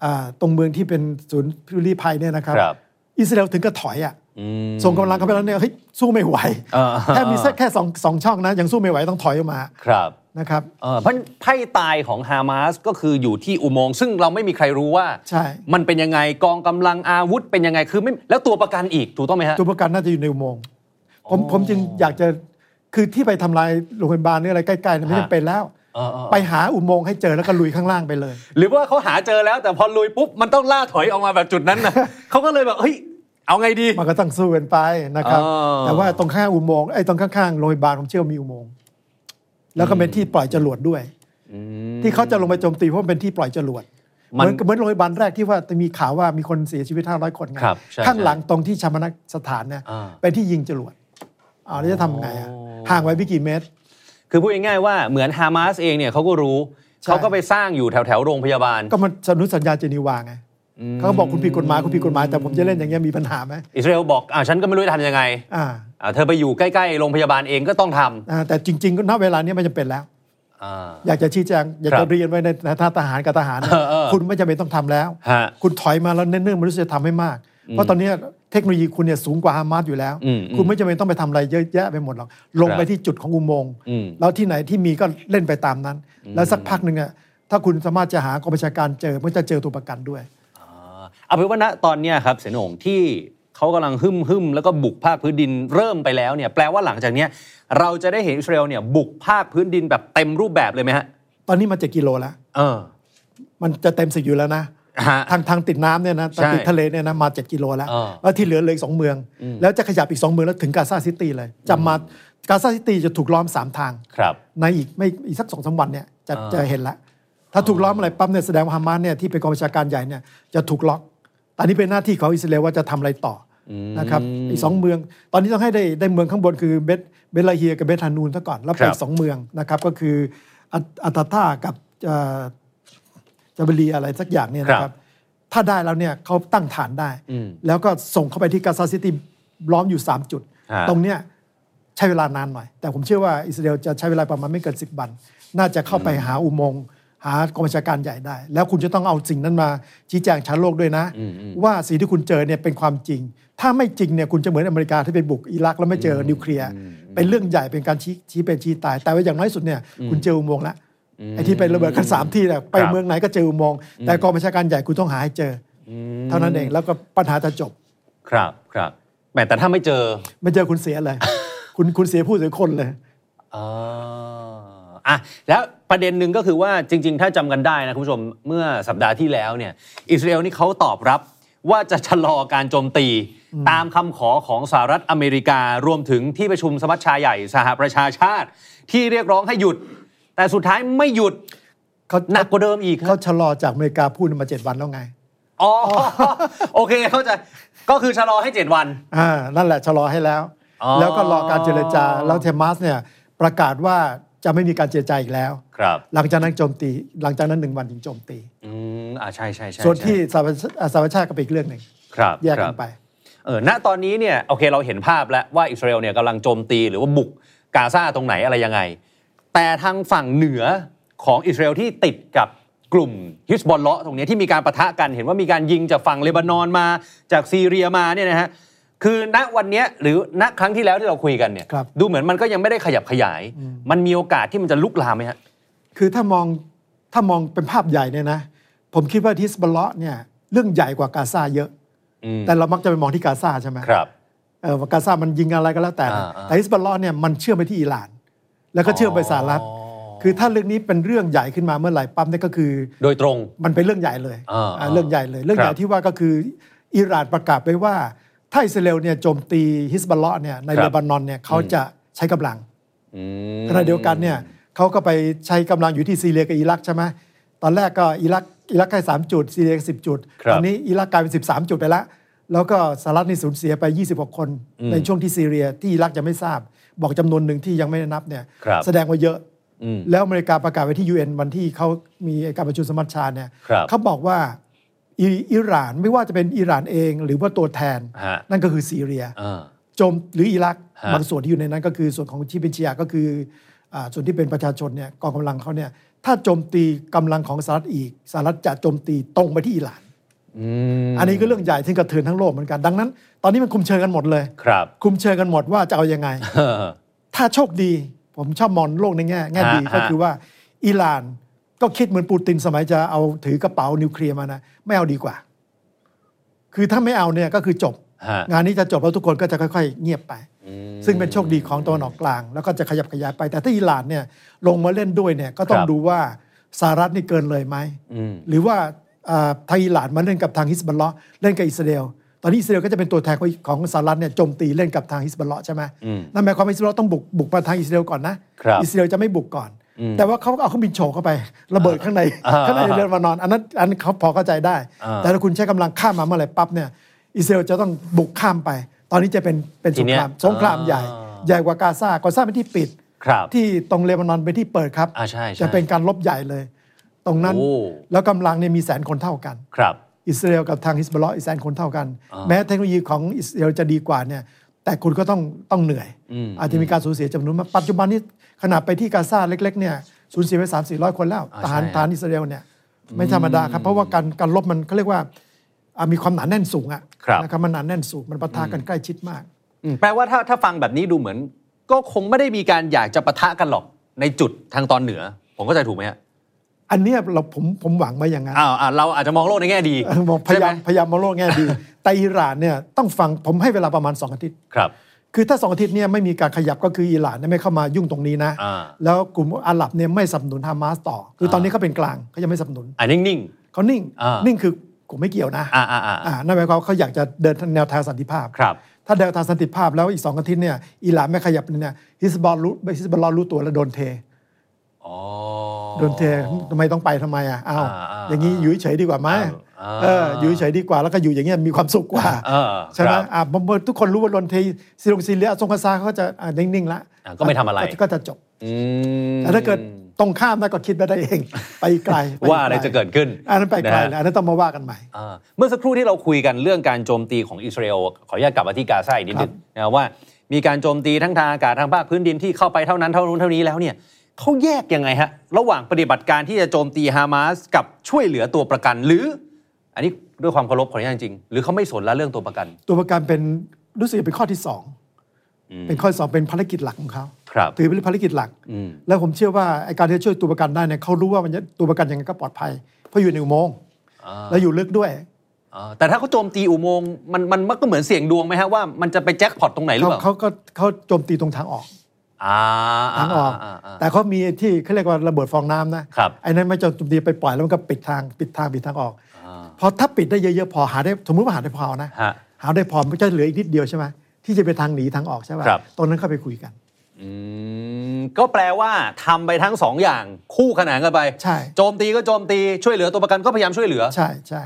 C: อ่าตรงเมืองที่เป็นศูนย์พิรีภัยเนี่ยนะครับ
B: ครับ
C: อิสราเอลถึงก็ถอยอ่ะส่งกำลังเข้าไปแล้วเนี่ยเฮ้ยสู้ไม่ไหว
B: เออ
C: แค่มีแค่แค่สองสองช่องนะยังสู้ไม่ไหวต้องถอยออกมา
B: ครับ
C: นะครับ
B: เอ่อเพราะไพ่ตายของฮามาสก็คืออยู่ที่อุโมงค์ซึ่งเราไม่มีใครรู้ว่า
C: ใช่
B: มันเป็นยังไงกองกำลังอาวุธเป็นยังไงคือไม่แล้วตัวประกันอีกถูกต้องไหมฮะ
C: ตัวประกันน่าจะอยู่ในอุโมงค์ผมผมจึงอยากจะคือที่ไปทำลายโรงพยาบาลหรืออะไรใกล้ๆเนี่ยไม่
B: ฮะ
C: จำเป็นแล้ว
B: เออเออเออ
C: ไปหาอุโมงค์ให้เจอแล้วก็ลุยข้างล่างไปเลย
B: หรือว่าเขาหาเจอแล้วแต่พอลุยปุ๊บมันต้องล่าถอยออกมาแบบจุดนั้นนะ เขาก็เลยแบบเฮ้ยเอาไงดี
C: มันก็ต้องสู้กันไปนะครับ
B: อ๋อ
C: แต่ว่าตรงข้างอุโมงค์ไอ้ตรงข้างๆโรงพยาบาลผมเชื่อว่ามีอุโมงค์แล้วก็เป็นที่ปล่อยจรวดด้วย ที่เขาจะลงไปโจมตีเพราะมันเป็นที่ปล่อยจรวดเห
B: มัน
C: มือนเหมือนโรงพยาบาลแรกที่ว่าจะมีข่าวว่ามีคนเสียชีวิต 500 คนไง
B: ครับใช่
C: ข้างหลังตรงที่ชามนักสถานเนี่ย
B: อ่า
C: เป็นที่ยิงจรวดอ้าวแล้วจะทำไงอ่ะห่างไว้ไม่กี่เมตร
B: คือพูดง่ายๆว่าเหมือนฮามาสเองเนี่ยเขาก็รู้
C: ใช่
B: เขาก็ไปสร้างอยู่แถวแถวๆโรงพยาบาล
C: ก็มันสนุสัญญาเจนีวาไงเขาก็บอกคุณผิดกฎหมายคุณผิดกฎหมายแต่ผมจะเล่นอย่างเงี้ยมีปัญหาไหม
B: อิสราเอลบอกอ่าฉันก็ไม่รู้จะทำยังไง
C: อ่า
B: อ่าเธอไปอยู่ใกล้ๆโรงพยาบาลเองก็ต้องท
C: อ่าแต่จริงๆก็ณเวลาเนี้ยไม่จำเป็นแล้ว
B: ำอ่า
C: อยากจะชี้แจงอยาก
B: ครั
C: จะ
B: บ
C: เรียนไว้ในฐานทหารกับทหารนะ
B: เออเออ
C: คุณไม่จำเป็นต้องทำแล้ว
B: ฮะ
C: คุณถอยมาแล้วเน้นเรื่องมนุษยธรรมให้มาก เพราะตอนเนี้ยเทคโนโลยีคุณเนี่ยสูงกว่าฮามาสอยู่แล้ว
B: อืมอืม
C: คุณไม่จำเป็นต้องไปทำอะไรเยอะแยะไปหมดหรอกลงไปที่จุดของอุโมงค์
B: อืม
C: แล้วที่ไหนที่มีก็เล่นไปตามนั้น แล้วสักพักหนึ่งเนี่ยถ้าคุณสามารถจะหากองบัญชาการเจอมันจะเจอตัวประกันด้วย
B: เอาเป็นว่าณตอนเนี้ยครับเสนโหนงที่ เขากำลังหึ่มหึ่มแล้วก็บุกภาคพื้นดินเริ่มไปแล้วเนี่ยแปลว่าหลังจากเนี้ยเราจะได้เห็นอิสราเอลเนี่ยบุกภาคพื้นดินแบบเต็มรูปแบบเลยไหมฮะ
C: ตอนนี้มันเจ็ดกิโลแล้ว
B: เออ
C: มันจะเต็มสิบอยู่แล้วนะ
B: ฮะ
C: ทางทางติดน้ำเนี่ยนะ
B: ใช่
C: ทางติดทะเลเนี่ยนะมา 7 กิโลแล้ว
B: เออ
C: แล้วที่เหลือเหลยสองเมือง แล้วจะขยับอีก 2 เมืองแล้วถึงกาซาซิตี้เลยจะมากาซาซิตี้จะถูกล้อม 3 ทาง
B: ครับ
C: ในอีกไม่อีกสักสองสามวันเนี่ยจะ
B: อ่า
C: จะเห็นละ ถ้าถูกล้อมอะไรปั๊บเนี่ยแสดงว่าฮามาสเนี่ยที่เป็นกองบัญชาการใหญ่เนี่ยจะถูกล็อก ตอนนี้เป็นหน้าที่ของอิสราเอลว่าจะทำอะไรต่ออนะครับอีกสองเมือง ตอนนี้ต้องให้ได้ได้เมืองข้างบนคือเบธเบธลาเฮียกับเบธฮานูนซะก่อนแล้วไป
B: ครับ
C: อีกสองเมืองนะครับก็คืออัตอัตตาท่ากับเอ่อจาบลีอะไรสักอย่างเนี่ยนะครับ ถ้าได้แล้วเนี่ยเขาตั้งฐานได้ แล้วก็ส่งเข้าไปที่กาซาซิตี้ล้อมอยู่ 3 จุด
B: ฮะ
C: ตรงเนี้ยใช้เวลานานหน่อย แต่ผมเชื่อว่าอิสราเอลจะใช้เวลาประมาณไม่เกิน10วัน น่าจะเข้าไปหาอุโมงค์หากองบัญชาการใหญ่ได้ แล้วคุณจะต้องเอาสิ่งนั้นมาชี้แจงชาวโลกด้วยนะ ว่าสิ่งที่คุณเจอเนี่ยเป็นความจริง ถ้าไม่จริงเนี่ยคุณจะเหมือนอเมริกาที่ไปบุกอิรักแล้วไม่เจอนิวเคลียร์เป็นเรื่องใหญ่เป็นการชี้ชี้เป็นชี้ตาย แต่ว่าอย่างน้อยสุดเนี่ยคุณเจออุโมงค์ละไอ้ที่เป็นระเบิดกันสามที่เนี่ยไป
B: ครับ
C: เมืองไหนก็เจออุโมงค์แต่กองบัญชาการใหญ่คุณต้องหาให้เจออเท่านั้นเองแล้วก็ปัญหาจะจบ
B: ครับครับแหมแต่ถ้าไม่เจอ
C: ไม่เจอคุณเสียเลย คุณคุณเสียผู้เสียคนเลย
B: อ่าอ่ะแล้วประเด็นหนึ่งก็คือว่าจริง ๆ ถ้าจำกันได้นะคุณผู้ชมเมื่อสัปดาห์ที่แล้วเนี่ยอิสราเอลนี่เขาตอบรับว่าจะชะลอการโจมตี ตามคำขอของสหรัฐอเมริการวมถึงที่ประชุมสมัชชาใหญ่สหประชาชาติ ที่เรียกร้องให้หยุด แต่สุดท้ายไม่หยุด
C: เขา
B: หนักกว่าเดิมอีกค
C: เขา
B: รับ
C: ชะลอจากอเมริกาพูดมาเจ็ดวันแล้วไง
B: อ๋อ โอเคเข้าใจก็คือชะลอให้ 7 วัน
C: อ่านั่นแหละชะลอให้แล้ว
B: อ๋อ
C: แล้วก็รอการเจรจา แล้วเทมัสเนี่ยประกาศว่าจะไม่มีการเจรจาอีกแล้ว
B: ครับ
C: หลังจากนั้นโจมตี หลังจากนั้นหนึ่งวันถึงโจมตี
B: อืมอ่าใช่ใช่ใช่
C: ส่วน
B: ใช่
C: ที่สหประชาอ่าสหประชาชาติก็เป็นอีกเรื่องหนึ่ง
B: ครับ
C: แยก
B: ค
C: กั
B: รับ
C: นไป
B: เออณตอนนี้เนี่ยโอเคเราเห็นภาพแล้วว่าอิสราเอลเนี่ยกำลังโจมตีหรือว่าบุกกาซาตรงไหนอะไรยังไง แต่ทางฝั่งเหนือของอิสราเอลที่ติดกับกลุ่มฮิสบอลเลาะตรงเนี้ยที่มีการประทะกันเห็นว่ามีการยิงจากฝั่งเลบานอนมาจากซีเรียมาเนี่ยนะฮะคือณวันเนี้ยหรือณครั้งที่แล้วที่เราคุยกันเนี่ย
C: ครับ
B: ดูเหมือนมันก็ยังไม่ได้ขยับขยาย มันมีโอกาสที่มันจะลุกลามไหมฮะ
C: คือถ้ามองถ้ามองเป็นภาพใหญ่เนี่ยนะ ผมคิดว่าทิสบอลเลาะเนี่ยเรื่องใหญ่กว่ากาซาเยอะ
B: อืม
C: แต่เรามักจะไปมองที่กาซาใช่ไหม
B: ครับ
C: เออว่ากาซามันยิงอะไรก็แล้วแต่นะ
B: อ่าอ่า
C: แต่ฮิสบัลลอฮ์เนี่ยมันเชื่อมไปที่อิหร่าน แล้วก็เชื่อมไปสหรัฐ
B: อ๋อ
C: คือถ้าเรื่องนี้เป็นเรื่องใหญ่ขึ้นมาเมื่อไหร่ปั๊มเนี่ยก็คือ
B: โดยตรง
C: มันเป็นเรื่องใหญ่เลย
B: อ่า
C: อ่าเรื่องใหญ่เลย เรื่องให
B: ค
C: ญ่
B: รับ
C: ที่ว่าก็คืออิหร่านประกาศไปว่า ถ้าอิสราเอลเนี่ยโจมตีฮิสบัลลอฮ์เนี่ย
B: ค
C: ใน
B: รับ
C: เลบานอนเนี่ยเขาจะใช้กำลัง
B: อืม
C: ขณะเดียวกันเนี่ยเขาก็ไปใช้กำลังอยู่ที่ซีเรียกับอิรักใช่ไหมตอนแรกก็อิรักอิรักแค่สามจุดซีเรียสิบจุด
B: ครับ
C: ตอนนี้อิรักกลายเป็นสิบสามจุดไปแล้ว แล้วก็สหรัฐนี่สูญเสียไป 26 คน
B: อืม
C: ในช่วงที่ซีเรียที่อิรักยังไม่ทราบ บอกจำนวนหนึ่งที่ยังไม่ได้นับเนี่ย
B: ครับ
C: แสดงว่าเยอะ
B: อืม
C: แล้วอเมริกาประกาศไว้ที่ UN วันที่เขามีการประชุมสมัชชาเนี่ย
B: ครับ
C: เขาบอกว่าอิอิหร่านไม่ว่าจะเป็นอิหร่านเองหรือว่าตัวแทน
B: ฮะ
C: นั่นก็คือซีเรีย
B: อ่า
C: โจมหรืออิรัก
B: ฮะ
C: บางส่วนที่อยู่ในนั้นก็คือส่วนของที่เป็นชียะห์ก็คืออาส่วนที่เป็นประชาชนเนี่ยกองกำลังเขาเนี่ยถ้าโจมตีกำลังของสหรัฐอีกสหรัฐจะโจมตีตรงไปที่อิหร่าน อันนี้ก็เรื่องใหญ่ที่กระเทือนทั้งโลกเหมือนกันดังนั้น ตอนนี้มันคุมเชิงกันหมดเลย
B: ครับ
C: คุมเชิงกันหมดว่าจะเอายังไง ถ้าโชคดี ผมชอบมองโลกในแง่แง่ดี
B: ฮะฮะ
C: ก็คือว่าอิหร่านก็คิดเหมือนปูตินสมัยจะเอาถือกระเป๋านิวเคลียร์มานะไม่เอาดีกว่า คือถ้าไม่เอาเนี่ยก็คือจบ
B: ฮะ
C: งานนี้จะจบแล้วทุกคนก็จะค่อย ๆ เงียบไป ซึ่งเป็นโชคดีของตะวันออกกลาง แล้วก็จะขยับขยายไป แต่ถ้าอิหร่านเนี่ยลงมาเล่นด้วยเนี่ยก็ต้อ
B: ค
C: ง
B: รับ
C: ดูว่าสหรัฐนี่เกินเลยไหม
B: อืม
C: หรือว่าอ่าทางอิหร่านมาเล่นกับทางฮิสบัลเลาะห์เล่นกับอิสราเอลตอนนี้อิสราเอลก็จะเป็นตัวแทนของของสหรัฐเนี่ยโจมตีเล่นกับทางฮิสบัลเลาะห์ใช่ไหมนั่นหมายความว่าฮิสบัลเลาะห์ต้องบุกบุกมาทางอิสราเอลก่อนนะครับอิสราเอลจะไม่บุกก่อน แต่ว่าเขาก็เอาเครื่องบินโฉบเข้าไประเบิดข้างใน
B: อ่า
C: ข้างในเรือนมานอนอันนั้นอันนั้นเขาพอเข้าใจได้
B: อ่า
C: แต่ถ้าคุณใช้กำลังข้ามมาเมื่อไหร่ปั๊บเนี่ยอิสราเอลจะต้องบุกข้ามไป ตอนนี้จะเป็นเป็น
B: ที
C: สง
B: เนี้
C: ค
B: ย
C: รามสงครามใหญ่
B: อ่า
C: ใหญ่กว่ากาซากาซาเป็นที่ปิด
B: ครับ
C: ที่ตรงเลบานอนเป็นที่เปิดครับ
B: อ่าใช่ใช่
C: จะเป็นการลบใหญ่เลย ตรงนั้น
B: โอ้
C: แล้วกำลังเนี่ยมีแสนคนเท่ากัน
B: ครับ
C: อิสราเอลกับทางฮิสบอลเลาะห์อีกแสนคนเท่ากัน แม้เทคโนโลยีของอิสราเอลจะดีกว่าเนี่ยแต่คุณก็ต้องต้องเหนื่อย อาจจะมีการสูญเสียจำนวนมากปัจจุบันนี้ขนาดไปที่กาซาเล็กๆเนี่ยสูญเสียไปสามสี่ร้อยคนแล้ว
B: อ่า
C: ทหาร
B: ใช่
C: ทหารอิสราเอลเนี่ยไม่ธรรมดาครับ เพราะว่าการการลบมันเขาเรียกว่าอ่ะมีความหนาแน่นสูงอะนะครับมันหนาแน่นสูงมันปะทะกันใกล้ชิดมาก
B: อืมแปลว่าถ้าถ้าฟังแบบนี้ดูเหมือน ก็คงไม่ได้มีการอยากจะปะทะกันหรอกในจุดทางตอนเหนือ ผมก็จะถูกไหมฮะ
C: อันเนี้ยเราผมผมหวังไว้อย่างนั้น
B: อ้าวอ่าเราอาจจะมองโลกในแง่ดี
C: เออมองพยายาม
B: ใช่ไห
C: พยายามมองโลกแง่ดี แต่อิหร่านเนี่ยต้องฟังผมให้เวลาประมาณ 2 อาทิตย์
B: ครับ
C: คือถ้า 2 อาทิตย์เนี่ยไม่มีการขยับก็คืออิหร่านเนี่ยไม่เข้ามายุ่งตรงนี้นะ
B: อ่า
C: แล้วกลุ่มอาหรับเนี่ยไม่สนับสนุนฮามาสต่อ คือตอนนี้เขาเป็นกลางเขายังไม่สนับสนุน
B: อ่านิ่ง
C: เขานิ่ง
B: อ่านิ่
C: นิ่งคือกูไม่เกี่ยวนะ
B: ๆอ่าอ่าอ่า
C: อ่านั่นหมายความว่าเขาอยากจะเดินทางแนวทางสันติภาพ
B: ครับ
C: ถ้าแนวทางสันติภาพแล้วอีกสองอาทิตย์เนี่ยอิหร่านไม่ขยับเนี่ยฮิสบอลรู้ฮิสบอลรู้ตัวแล้วโดนเท
B: อ๋อ
C: โดนเททำไมต้องไปทำไมอ่ะอ้าว
B: อ่าอ่า
C: อย่างนี้อยู่เฉยๆดีกว่าไหม
B: อ่า
C: เอออยู่เฉยๆดีกว่าแล้วก็อยู่อย่างเงี้ยมีความสุขกว่า
B: เออ
C: ใช่ไห
B: ค
C: ม
B: รับ
C: อ่ะผมทุกคนรู้ว่าโดนเทซีรงซีเรียสงกาซาเขาก็จะอ่ะนิ่งๆละ
B: อ่ะก็ไม่ทำอะไร
C: ก็จะจบ
B: อืม
C: แต่ถ้าเกิดตรงข้ามนะก็คิดไปได้เอง ไปไกล ป
B: ว่าอะไรจะเกิดขึ้น
C: อันนั้นไปไกล
B: นะฮะ
C: แล้วอันนั้นต้องมาว่ากันใหม่
B: อ่าเมื่อสักครู่ที่เราคุยกันเรื่องการโจมตีของอิสราเอลขออนุญาตกลับมาที่กาซาอีกนิดหนึงนะว่ามีการโจมตีทั้งทางอากาศทางภาคพื้นดินที่เข้าไปเท่านั้นเท่านู้นเท่านี้แล้วเนี่ยเขาแยกยังไงฮะ ระหว่างปฏิบัติการที่จะโจมตีฮามาสกับช่วยเหลือตัวประกัน หรือ อันนี้ด้วยความเคารพขออนุญาตจริงๆหรือเขาไม่สนละเรื่องตัวประกัน
C: ตัวประกันเป็นรู้สึกจะเป็นข้อที่สองเป็นข้อที่สองเป็นภารกิจหลักของเขา
B: ครับ
C: ถือเป็นภารกิจหลัก
B: อืม
C: แล้วผมเชื่อว่าไอ้การที่จะช่วยตัวประกันได้เนี่ยเขารู้ว่ามันจะตัวประกันยังไงก็ปลอดภัย เพราะอยู่ในอุโมงค์
B: อ่า
C: แล้วอยู่ลึกด้วย
B: อ่าแต่ถ้าเขาโจมตีอุโมงค์มันมันมันก็เหมือนเสี่ยงดวงไหมฮะว่ามันจะไปแจ็คพอตตรงไหนหรือ
C: เขา
B: เปล่า
C: เขาก็เขาโจมตีตรงทางออก
B: อ่า
C: ทางออก
B: าา
C: แต่เขามีที่เขาเรียกว่าระเบิดฟองน้ำนะครับ ไอ้นั้นไม่โจมตีไปปล่อยแล้วมันก็ปิดทางปิดทางปิดทางออกพอถ้าปิดได้เยอะๆพอหาได้สมมติว่าหาได้พอนะ
B: ฮะ
C: หาได้พอมันก็จะเหลืออีกนิดเดียวใช่ไหมที่จะเป็นทางหนีทางออกใช่ป่ะ
B: ครับ
C: ตรงนั้นเข้าไปคุยกัน
B: อืมก็แปลว่าทำไปทั้งสองอย่างคู่ขนานกันไป
C: ใช่
B: โจมตีก็โจมตีช่วยเหลือตัวประกันก็พยายามช่วยเหลือ
C: ใช่ใช่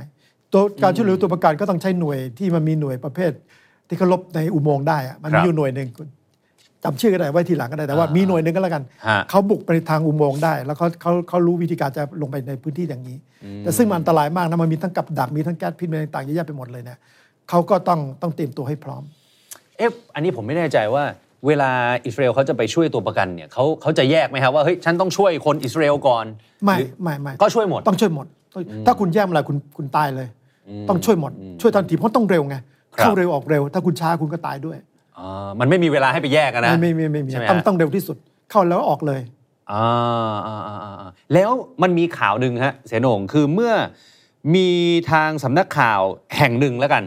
C: ตัวการช่วยเหลือตัวประกันก็ต้องใช้หน่วยที่มันมีหน่วยประเภท ที่เขาลบในอุโมงค์ได้อะมัน
B: ครั
C: มี
B: บ
C: อยู่หน่วยหนึ่งคุณจำชื่อก็ได้ไว้ทีหลังก็ได้แต่ว่า
B: อ่ามี
C: มีหน่วยหนึ่งก็แล้วกัน
B: ฮะ
C: เขาบุกไปทางอุโมงค์ได้ แล้วเขาเขาเขารู้วิธีการจะลงไปในพื้นที่อย่างนี้ แต่ซึ่งมันอันตรายมากนะมันมีทั้งกับดักมีทั้งแก๊สพิษมีอะไรต่างๆเยอะแยะไปหมดเลยเนี่ยเขาก็ต้องต้องเตรียมตัวให้พร้อม
B: เอ๊ะอันนี้ผมไม่แน่ใจว่า เวลาอิสราเอลเขาจะไปช่วยตัวประกันเนี่ยเขาเขาจะแยกไหมครับว่าเฮ้ยฉันต้องช่วยคนอิสราเอลก่อน
C: ไม่
B: หรือ
C: ไม่ไม่
B: ก็ช่วยหมด
C: ต้องช่วยหมดต้องถ้าคุณแย่เมื่อไหร่คุณคุณตายเลย ต้องช่วยหมด ช่วยทันทีเพราะต้องเร็วไง
B: ครับ
C: เข้าเร็วออกเร็ว ถ้าคุณช้าคุณก็ตายด้วย
B: อ่ามันไม่มีเวลาให้ไปแยกอะนะ
C: ไม่ไม่ไม่ไม่
B: ใช่ไหม
C: ต้อง
B: ฮะ
C: ต้องเร็วที่สุดเข้าแล้วออกเลย
B: อ่าอ่าอ่าอ่าอ่าแล้วมันมีข่าวหนึ่งฮะเสนงคือเมื่อมีทางสำนักข่าวแห่งหนึ่งแล้วกัน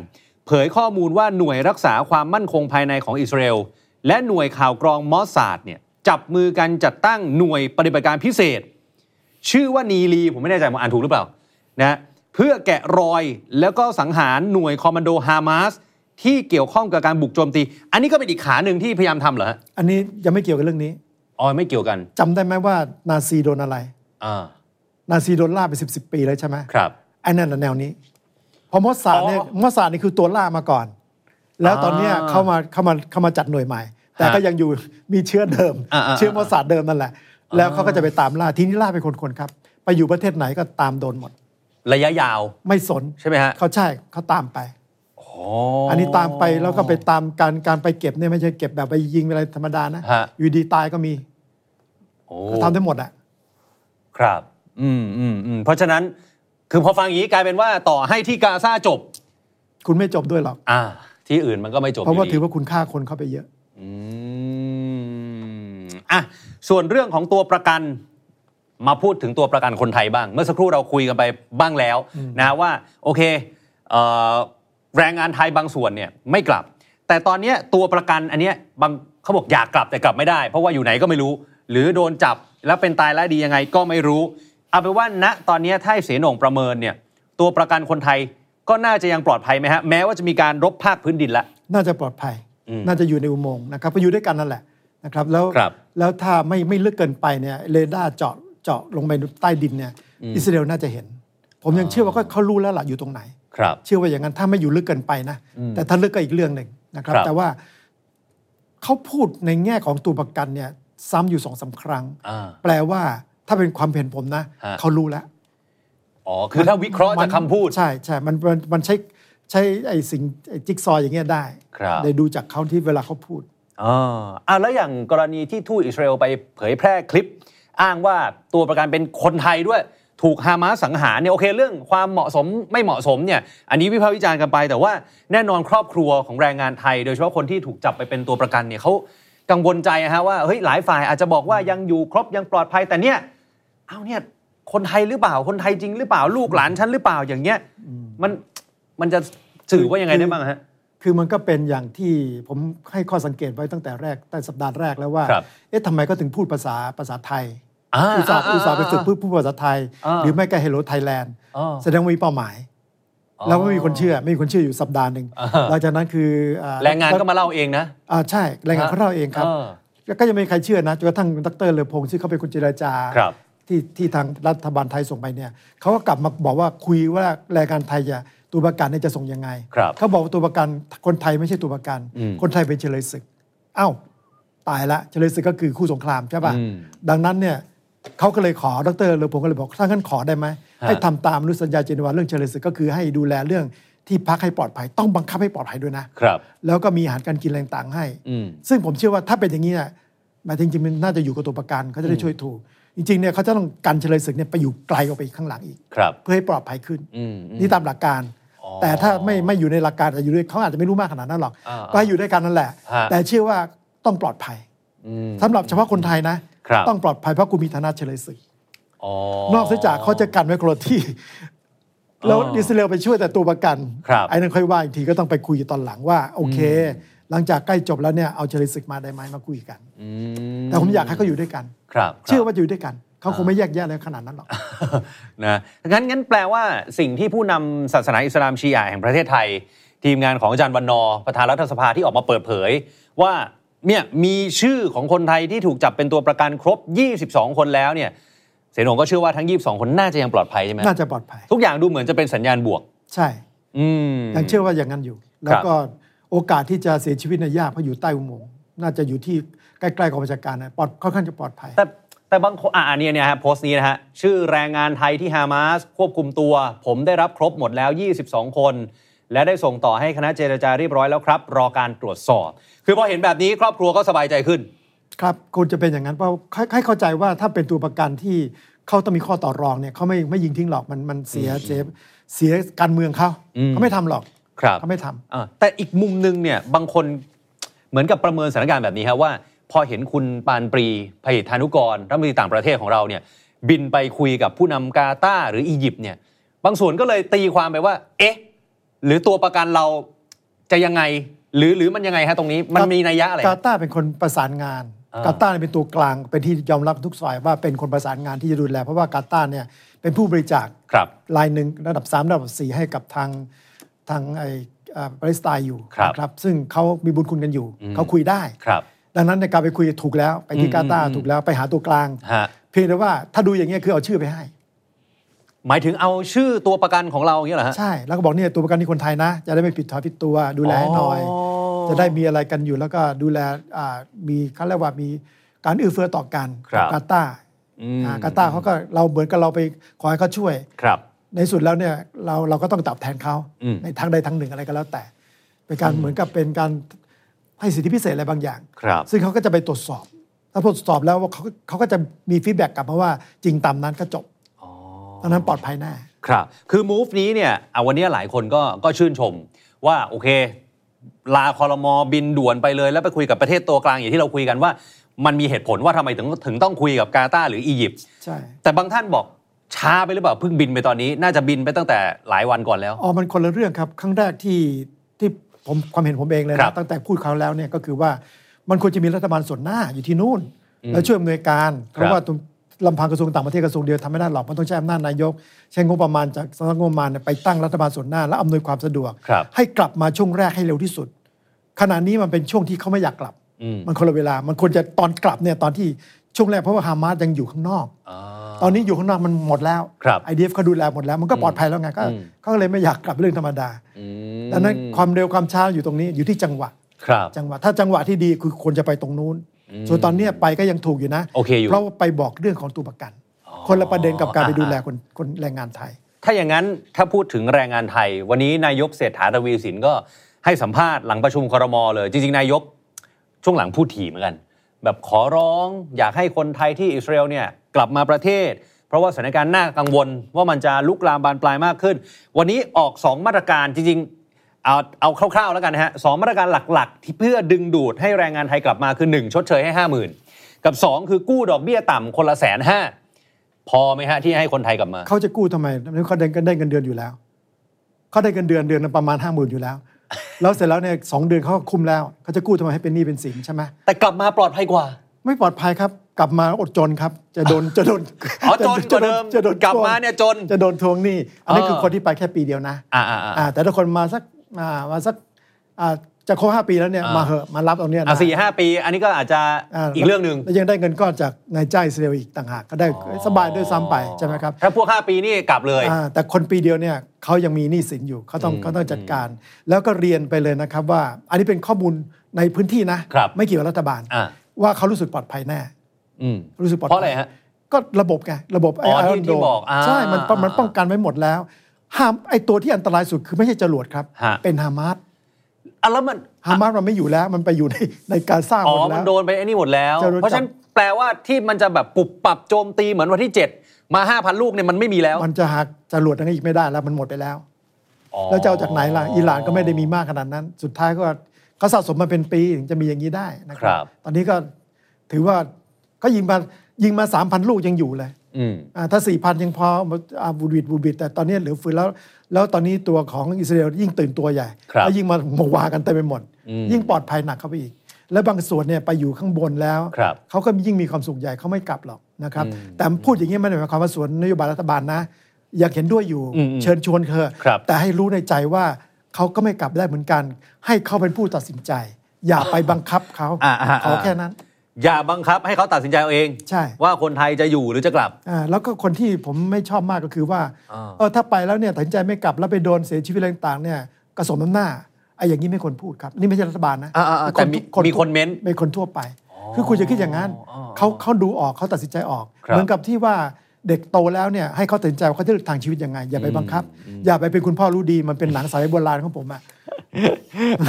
B: เผยข้อมูลว่าหน่วยรักษาความมั่นคงภายในของอิสราเอลและหน่วยข่าวกรองมอสซาดเนี่ยจับมือกันจัดตั้งหน่วยปฏิบัติการพิเศษ ชื่อว่านีลีผมไม่แน่ใจผมอ่านถูกหรือเปล่านะเพื่อแกะรอยแล้วก็สังหารหน่วยคอมมานโดฮามาสที่เกี่ยวข้องกับการบุกโจมตี อันนี้ก็เป็นอีกขาหนึ่งที่พยายามทำเหรอฮะ
C: อันนี้ยังไม่เกี่ยวกับเรื่องนี้
B: อ๋อไม่เกี่ยวกัน
C: จำได้ไหมว่านาซีโดนอะไร
B: อ่า
C: นาซีโดนล่าไปสิบสิบปีเลยใช่ไหม
B: ครับ
C: ไอ้นั่นน่ะแนวนี้เพอมอสซาดเนี่ย
B: อ๋อ
C: มอสซาดนี่คือตัวล่ามาก่อน แล้วตอนเนี้ย
B: อ่า
C: เข้ามาเข้ามาเข้ามาจัดหน่วยใหม่ แต่
B: ฮะ
C: ก็ยังอยู่ มีเชื้อเดิม
B: อ่าอ่า
C: เชื้อมอสซาดเดิมนั่นแหละ แล้วเขาก็จะไปตามล่าทีนี้ล่าเป็นคนๆครับ ไปอยู่ประเทศไหนก็ตามโดนหมด
B: ระยะยาว
C: ไม่สน
B: ใช่ไหมฮะ
C: เขาใช่เขาตามไป
B: อ๋อ
C: อั
B: อั
C: นนี้ตามไปแล้วก็ไปตามการการไปเก็บเนี่ยไม่ใช่เก็บแบบไปยิงอะไรธรรมดานะ
B: ฮะ
C: อยู่ดีตายก็มี
B: โอ้
C: เขาทำได้หมดอะ
B: ครับ อืมอืมอืมเพราะฉะนั้น คือพอฟังอย่างนี้กลายเป็นว่าต่อให้ที่กาซาจบ
C: คุณไม่จบด้วยหรอก
B: อ่า ที่อื่นมันก็ไม่จบ
C: เพราะว่า
B: ยู่ดี
C: ถือว่าคุณฆ่าคนเข้าไปเยอะ
B: อืมอ่ะ ส่วนเรื่องของตัวประกัน มาพูดถึงตัวประกันคนไทยบ้าง เมื่อสักครู่เราคุยกันไปบ้างแล้วนะฮะว่า โอเคเอ่อแรงงานไทยบางส่วนเนี่ยไม่กลับ แต่ตอนเนี้ยตัวประกันอันเนี้ยบางเขาบอกอยากกลับแต่กลับไม่ได้ เพราะว่าอยู่ไหนก็ไม่รู้ หรือโดนจับแล้วเป็นตายแล้วดียังไงก็ไม่รู้ เอาเป็นว่าณตอนเนี้ยถ้าให้เสนงประเมินเนี่ยตัวประกันคนไทยก็น่าจะยังปลอดภัยไหมฮะแม้ว่าจะมีการรบภาคพื้นดินละ
C: น่าจะปลอดภัย
B: อืม
C: น่าจะอยู่ในอุโมงค์นะครับก็อยู่ด้วยกันนั่นแหละนะครับ แล้ว
B: ครับ
C: แล้วถ้าไม่ไม่ลึกเกินไปเนี่ยเรดาร์เจาะเจาะลงไปใต้ดินเนี่ยอิสราเอลน่าจะเห็น ผมยังเชื่อว่าก็เขารู้แล้วล่ะอยู่ตรงไหน
B: ครับ
C: เชื่อว่าอย่างนั้นถ้าไม่อยู่ลึกเกินไปนะ แต่ถ้าลึกก็อีกเรื่องหนึ่งนะครับ
B: ครับ
C: แต่ว่าเขาพูดในแง่ของตัวประกันเนี่ยซ้ำอยู่สองสามครั้ง
B: อ่า
C: แปลว่าถ้าเป็นความเห็นผมนะ
B: ฮะ
C: เขารู้แล้ว
B: อ๋อคือถ้าวิเคราะห์จากคำพูด
C: ใช่ใช่มันมันมันใช้ใช้ไอ้สิ่งไอ้จิ๊กซอว์อย่างเงี้ยได้
B: ครับ
C: ได้ดูจากเขาที่เวลาเขาพูด
B: อ่าอ่ะแล้วอย่างกรณีที่ทูตอิสราเอลไปเผยแพร่คลิป อ้างว่าตัวประกันเป็นคนไทยด้วย ถูกฮามาสสังหารเนี่ยโอเคเรื่องความเหมาะสมไม่เหมาะสมเนี่ยอันนี้วิพากษ์วิจารณ์กันไป แต่ว่าแน่นอนครอบครัวของแรงงานไทย โดยเฉพาะคนที่ถูกจับไปเป็นตัวประกันเนี่ยเขากังวลใจนะฮะว่าเฮ้ยหลายฝ่ายอาจจะบอกว่ายังอยู่ครบยังปลอดภัยแต่เนี่ย เอาเนี่ยคนไทยหรือเปล่าคนไทยจริงหรือเปล่าลูกหลานฉันหรือเปล่าอย่างเงี้ยมันมันจะ สื่อว่ายังไงได้บ้างฮะ
C: คือมันก็เป็นอย่างที่ผมให้ข้อสังเกตไว้ตั้งแต่แรกตั้งสัปดาห์แรกแล้วว่า
B: ครับ
C: เอ๊ะทำไมก็ถึงพูดภาษาภาษาไทย
B: า
C: อุตส่าห์
B: า
C: อุตส่าห์ไปฝึกเพื่อพูดภาษาไทย
B: อ่า
C: หรือไม่ก็เฮลโลไทยแลนด์
B: อ่า
C: แสดงว่ามีเป้าหมาย
B: อ๋อ
C: แล้วก็มีคนเชื่อมีคนเชื่ออยู่สัปดาห์หนึ่ง
B: อ่า
C: หลังจากนั้นคืออ่
B: แรงงานก็มาเล่าเองนะ
C: อ่าใช่แรงงาน
B: ฮะ
C: เขาเล่าเองครับ
B: เออ
C: แล้วก็ยังไม่มีใครเชื่อนะจนกระทั่งดรเลอพงศ์ซึ่งเขาเป็นคนเจรจา
B: ครับ
C: ที่ที่ทางรัฐบาลไทยส่งไปเนี่ยเขาก็กลับมาบอกว่าคุยว่าแรงงานไทยจะตัวประกันเนี่ยจะส่งยังไง
B: ครับ
C: เขาบอกว่าตัวประกันคนไทยไม่ใช่ตัวประกัน
B: อืม
C: คนไทยเป็นเฉลยศึกเอ้าตายละเฉลยศึกก็คือคู่สงครามใช่ป่ะ
B: อืม
C: ดังนั้นเนี่ยเขาก็เลยขอดรเลอพงศ์ก็เลยบอกถ้างั้นขอได้ไหม
B: ฮะ
C: ให้ทำตามอนุสัญญาเจนีวาเรื่องเชลศึกก็คือให้ดูแลเรื่องที่พักให้ปลอดภัย ต้องบังคับให้ปลอดภัยด้วยนะครับ แล้วก็มีอาหารการกินอะไรต่างๆให้
B: อืม
C: ซึ่งผมเชื่อว่าถ้าเป็นอย่างนี้เนี่ยหมายถึงจริงๆมันน่าจะอยู่กับตัวประกันเขาจะได้ช่วยถูก จริงๆเนี่ยเขาจะต้องกันเชลศึกเนี่ยไปอยู่ไกลออกไปอีกข้างหลังอีก
B: ครับ
C: เพื่อให้ปลอดภัยขึ้น
B: อืมอืม
C: นี่ตามหลักการ
B: อ๋อ
C: แต่ถ้าไม่ไม่อยู่ในหลักการแต่อยู่ด้วยเขาอาจจะไม่รู้มากขนาดนั้นหรอก
B: อ่า
C: ก็ให้อยู่ด้วยกันนั่นแหละ
B: ฮะ
C: แต่เชื่อว่าต้องปลอดภัย
B: อืม
C: สำหรับเฉพาะคนไทยนะ
B: ครับ
C: ต้องปลอดภัยเพราะกูมีฐานะเฉลศึก
B: อ๋อ
C: นอกเสียจากเขาจะกันไว้คนละที่ แล้วอิสราเอลไปช่วยแต่ตัวประกัน
B: ครับ
C: ไอ้นั่นค่อยว่าอีกทีก็ต้องไปคุยตอนหลังว่า โอเค หลังจากใกล้จบแล้วเนี่ยเอาเชลิศึกมาได้ไหมมาคุยกัน
B: อืม
C: แต่ผมอยากให้เขาอยู่ด้วยกัน
B: ครับ
C: เชื่
B: ค
C: อ
B: รับ
C: ว่าอยู่ด้วยกัน เขาคงไม่แยกแยะอะไรขนาดนั้นหรอก
B: นะงั้นงั้นแปลว่าสิ่งที่ผู้นำศาสนาอิสลามชีอะห์แห่งประเทศไทย ทีมงานของอาจารย์วันนอร์ประธานรัฐสภาที่ออกมาเปิดเผย ว่าเนี่ยมีชื่อของคนไทยที่ถูกจับเป็นตัวประกันครบ 22 คนแล้วเนี่ยเสนงก็เชื่อว่าทั้ง 22 คนน่าจะยังปลอดภัยใช่ไหม
C: น่าจะปลอดภัย
B: ทุกอย่างดูเหมือนจะเป็นสัญญาณบวก
C: ใช่
B: อืม
C: ยังเชื่อว่าอย่างนั้นอยู่ แล้วก็โอกาสที่จะเสียชีวิตเนยยากเพราะอยู่ใต้อุโมงค์น่าจะอยู่ที่ใกล้ๆกองบัญชาการนะปลอดค่อนข้างจะปลอดภัย
B: แต่แต่บางคนอ่าอันนี้เนี่ยฮะโพสต์นี้นะฮะ ชื่อแรงงานไทยที่ฮามาสควบคุมตัว ผมได้รับครบหมดแล้ว 22 คน และได้ส่งต่อให้คณะเจรจาเรียบร้อยแล้วครับ รอการตรวจสอบ คือพอเห็นแบบนี้ครอบครัวก็สบายใจขึ้น
C: ครับควรจะเป็นอย่างนั้นเพราะให้ให้เข้าใจว่าถ้าเป็นตัวประกันที่เขาต้องมีข้อต่อรองเนี่ยเขาไม่ไม่ยิงทิ้งหรอกมันมันเสียเจ็บเสียการเมืองเขา
B: อืม
C: เขาไม่ทำหรอก
B: ครับ
C: เขาไม่ทำ
B: อ่าแต่อีกมุมหนึงเนี่ยบางคนเหมือนกับประเมินสถานการณ์แบบนี้ฮะว่า พอเห็นคุณปานปรีพหิตธานุกรรัฐมนตรีต่างประเทศของเราเนี่ยบินไปคุยกับผู้นำกาตาร์หรืออียิปต์เนี่ยบางส่วนก็เลยตีความไปว่า เอ๊ะ หรือตัวประกันเราจะยังไง หรือหรือมันยังไงฮะตรงนี้มันมีนัยยะอะไร
C: กา
B: ฮะ
C: ตาร์เป็นคนประสานงาน
B: อ่าก
C: าตาร์เนี่ยเป็นตัวกลางเป็นที่ยอมรับทุกฝ่ายว่าเป็นคนประสานงานที่จะดูแล เพราะว่ากาตาร์เนี่ยเป็นผู้บริจาค
B: ครับ
C: รายหนึ่งระดับ 3 ระดับ 4 ให้กับทางทางไออ่าปาเลสไตน์อยู่
B: ครับ
C: นะครับซึ่งเขามีบุญคุณกันอยู่เขาคุยได้
B: ครับ
C: ดังนั้นในการไปคุยถูกแล้วไปที่
B: อืม
C: กาตาร์
B: อืม
C: ถูกแล้วไปหาตัวกลาง
B: ฮะ
C: เพียงแต่ว่าถ้าดูอย่างเงี้ยคือเอาชื่อไปให้
B: หมายถึงเอาชื่อตัวประกันของเราอย่างเงี้ยเหรอฮะ
C: ใช่ แล้วก็บอกเนี่ยตัวประกันที่คนไทยนะ จะได้ไม่ผิดถอยผิดตัวดูแลให้หน่อย
B: อ๋อ
C: จะได้มีอะไรกันอยู่แล้วก็ดูแลอ่ามีเขาเรียกว่ามีการเอื้อเฟื้อต่อกัน
B: ครับ
C: กับกาตาร์
B: อืม
C: อ่ากาตาร์เขาก็เราเหมือนกับเราไปขอให้เขาช่วย
B: ครับ
C: ในสุดแล้วเนี่ยเราเราก็ต้องตอบแทนเขา
B: อืม
C: ในทางใดทางหนึ่งอะไรก็แล้วแต่ เป็นการเหมือนกับเป็นการให้สิทธิพิเศษอะไรบางอย่าง
B: ครับ
C: ซึ่งเขาก็จะไปตรวจสอบถ้าตรวจสอบแล้วว่าเขาเขาก็จะมีฟีดแบ็กกลับมาว่าจริงตามนั้นก็จบตอนนั้นปลอดภัยแน่
B: ครับ คือ move นี้เนี่ยอ่ะวันนี้หลายคนก็ก็ชื่นชมว่าโอเค ลาคอรมอบินด่วนไปเลย แล้วไปคุยกับประเทศตัวกลางอย่างที่เราคุยกันว่า มันมีเหตุผลว่าทำไมถึงถึงต้องคุยกับกาตาร์หรืออียิปต์
C: ใช่
B: แต่บางท่านบอกช้าไปหรือเปล่าเพิ่งบินไปตอนนี้ น่าจะบินไปตั้งแต่หลายวันก่อนแล้ว
C: อ๋อมันคนละเรื่องครับ ครั้งแรกที่ที่ผมความเห็นผมเองเลย
B: ครั
C: นะ
B: บ
C: ตั้งแต่พูดคราวแล้วเนี่ยก็คือว่ามันควรจะมีรัฐบาลส่วนหน้าอยู่ที่นู่น แล้วช่วยอำนวยการเพ
B: ครั
C: ราะ
B: บ
C: ว่าตรงลำพังกระทรวงต่างประเทศกระทรวงเดียวทำไม่ได้หรอกมันต้องใช้อำนาจนายก ใช้งบประมาณจากสำนักงบประมาณเนี่ยไปตั้งรัฐบาลส่วนหน้า และอำนวยความสะดวก
B: ครับ
C: ให้กลับมาช่วงแรกให้เร็วที่สุด ขณะนี้มันเป็นช่วงที่เขาไม่อยากกลับ
B: อืม
C: มันคนละเวลามันควรจะตอนกลับเนี่ยตอนที่ช่วงแรกเพราะว่าฮามาสยังอยู่ข้างนอก
B: อ่า
C: ตอนนี้อยู่ข้างนอกมันหมดแล้ว
B: ครับ
C: ไอเดียเขาดูแลหมดแล้ว มันก็ปลอดภัยแล้วไงก็
B: อืม
C: เขาก็เลยไม่อยากกลับเรื่องธรรมดา
B: อืม
C: ดังนั้นความเร็วความช้าอยู่ตรงนี้อยู่ที่จังหวะ
B: ครับ
C: จังหวะถ้าจังหวะที่ดีคือควรจะไปตรงนู้น ส่วนตอนเนี้ยไปก็ยังถูกอยู่นะ
B: โอเคอยู่
C: เพราะว่าไปบอกเรื่องของตัวประกัน คนละประเด็นกับการไปดูแลคนคนแรงงานไทย
B: ถ้าอย่างนั้นถ้าพูดถึงแรงงานไทย วันนี้นายกเศรษฐาทวีสินก็ให้สัมภาษณ์หลังประชุมครมเลย จริง ๆ นายกช่วงหลังพูดถี่เหมือนกัน แบบขอร้องอยากให้คนไทยที่อิสราเอลเนี่ยกลับมาประเทศ เพราะว่าสถานการณ์น่ากังวลว่ามันจะลุกลามบานปลายมากขึ้น วันนี้ออก 2 มาตรการจริง ๆ เอาเอาคร่าวๆแล้วกันนะฮะสองมาตรการหลักๆ ที่เพื่อดึงดูดให้แรงงานไทยกลับมาคือหนึ่งชดเชยให้ 50,000 กับสองคือกู้ดอกเบี้ยต่ำคนละแสนห้าพอไหมฮะที่ให้คนไทยกลับมา
C: เขาจะกู้ทำไมเขาเดินกันได้เงินเดือนอยู่แล้ว เขาได้เงินเดือนเดือนละประมาณห้าหมื่นอยู่แล้ว แล้วเสร็จแล้วเนี่ยสองเดือนเขาก็คุมแล้วเขาจะกู้ทำไมให้เป็นหนี้เป็นสินใช่ไหม
B: แต่กลับมาปลอดภัยกว่า
C: ไม่ปลอดภัยครับ กลับมาอดจนครับ จะโดน จะโดน
B: อ๋อจนกว่าเดิม
C: จะโดน
B: กลับมาเนี่ยจน
C: จะโดนทวงหนี้อันนี้คือ
B: เออ
C: คนที่ไปแค่ปีเดียวนะ
B: อ่าอ่าอ่า
C: อ่าแต่ถ้าคนมาสักอ่ามาสักอ่าจะครบห้าปีแล้วเนี่ย
B: อ่าม
C: มาเหอะมารับตรงเนี้ยนะ
B: อ่าสี่ห้าปี อันนี้ก็อาจจะ
C: า
B: อีกเรื่องหนึ่ง
C: แล้วยังได้เงินก้อนจากนายจ้างอิสราเอลอีกต่างหากก็ได้สบายด้วยซ้ำไปใช่ไหมครับ
B: ถ้าพวก 5 ปีนี่กลับเลย
C: อ่าแต่คนปีเดียวเนี่ยเขายังมีหนี้สินอยู่เขาต้องเขาต้องจัดการ แล้วก็เรียนไปเลยนะครับว่า อันนี้เป็นข้อมูลในพื้นที่นะ
B: ครับ
C: ไม่เกี่ยวกับรัฐบาล
B: อ่า
C: ว่าเขารู้สึกปลอดภัยแน่
B: อืม
C: รู้สึกปลอดภัย
B: เพราะอะไรฮะ
C: ก็ระบบไงระบบไอ
B: อ๋อ
C: ไอ
B: ที่
C: รอนโด
B: ที่บอกอ่า
C: ใช่มันป้องมันป้องกันไว้หมดแล้ว ห้ามไอตัวที่อันตรายสุดคือไม่ใช่จรวดครับ
B: ฮะ
C: เป็นฮามาส
B: อ่ะแล้วมัน
C: ฮามาสมันไม่อยู่แล้วมันไปอยู่ในในกาซาห
B: อ๋อ
C: มด
B: มั
C: แล้
B: น
C: ว
B: โดนไปไอ้นี่หมดแล้ว
C: จะรู้จัก
B: เพราะฉะนั้นแปลว่าที่มันจะแบบปรับปรับโจมตีเหมือนวันที่ 7 มา 5,000 ลูกเนี่ยมันไม่มีแล้ว
C: มันจะหาจรวดนั้นอีกไม่ได้แล้วมันหมดไปแล้ว แล้วจะเอาจากไหนล่ะอิหร่านก็ไม่ได้มีมากขนาดนั้น สุดท้ายก็เขาสะสมมาเป็นปีถึงจะมีอย่างนี้ได้นะค
B: ครั
C: รับ ตอนนี้ก็ถือว่าก็ยิงมายิงมาสามพันลูกยังอยู่เลย
B: อืม
C: อ่าถ้าสี่พันยังพออาบูดบิดบูดบิดแต่ตอนนี้เหลือเฟือแล้ว แล้วตอนนี้ตัวของอิสราเอลยิ่งตื่นตัวใหญ่
B: ครับ
C: แล้วยิ่งมาโมวากันเต็มไปหมด ยิ่งปลอดภัยหนักเข้าไปอีก และบางส่วนเนี่ยไปอยู่ข้างบนแล้ว
B: ครับ
C: เขาก็ยิ่งมีความสุขใหญ่เขาไม่กลับหรอกนะครับ แต่พูดอย่างนี้มันหมายความว่าสวนนโยบายรัฐบาลนะ อยากเห็นด้วยอยู่
B: อืมอืม
C: เชิญชวนเธอ
B: ครับ
C: แต่ให้รู้ในใจว่าเขาก็ไม่กลับได้เหมือนกัน ให้เขาเป็นผู้ตัดสินใจ อย่าไปบังคับเขา
B: อ่าอ่าอ่า
C: เขาแค่นั้น
B: อย่าบังคับให้เขาตัดสินใจเอาเอง
C: ใช่
B: ว่าคนไทยจะอยู่หรือจะกลับ
C: อ่าแล้วก็คนที่ผมไม่ชอบมากก็คือว่า
B: อ่า
C: เออถ้าไปแล้วเนี่ยตัดสินใจไม่กลับแล้วไปโดนเสียชีวิตอะไรต่างๆเนี่ยกระสมน้ำหน้าไอ้อย่างนี้ไม่ควรพูดครับ นี่ไม่ใช่รัฐบาลนะ
B: อ่าอ่าอ่าแต่มี
C: ทั่ว
B: มีคนเม้น
C: ไม่คนทั่วไป คือคุณจะคิดอย่างนั้นเขาเขาดูออกเขาตัดสินใจออก
B: ครับ
C: เหมือนกับที่ว่าเด็กโตแล้วเนี่ยให้เขาตัดสินใจว่าเขาจะเลือกทางชีวิตยังไง อย่าไปบังคับ อย่าไปเป็นคุณพ่อรู้ดีมันเป็นหนังสายโบราณของผมอ่ะ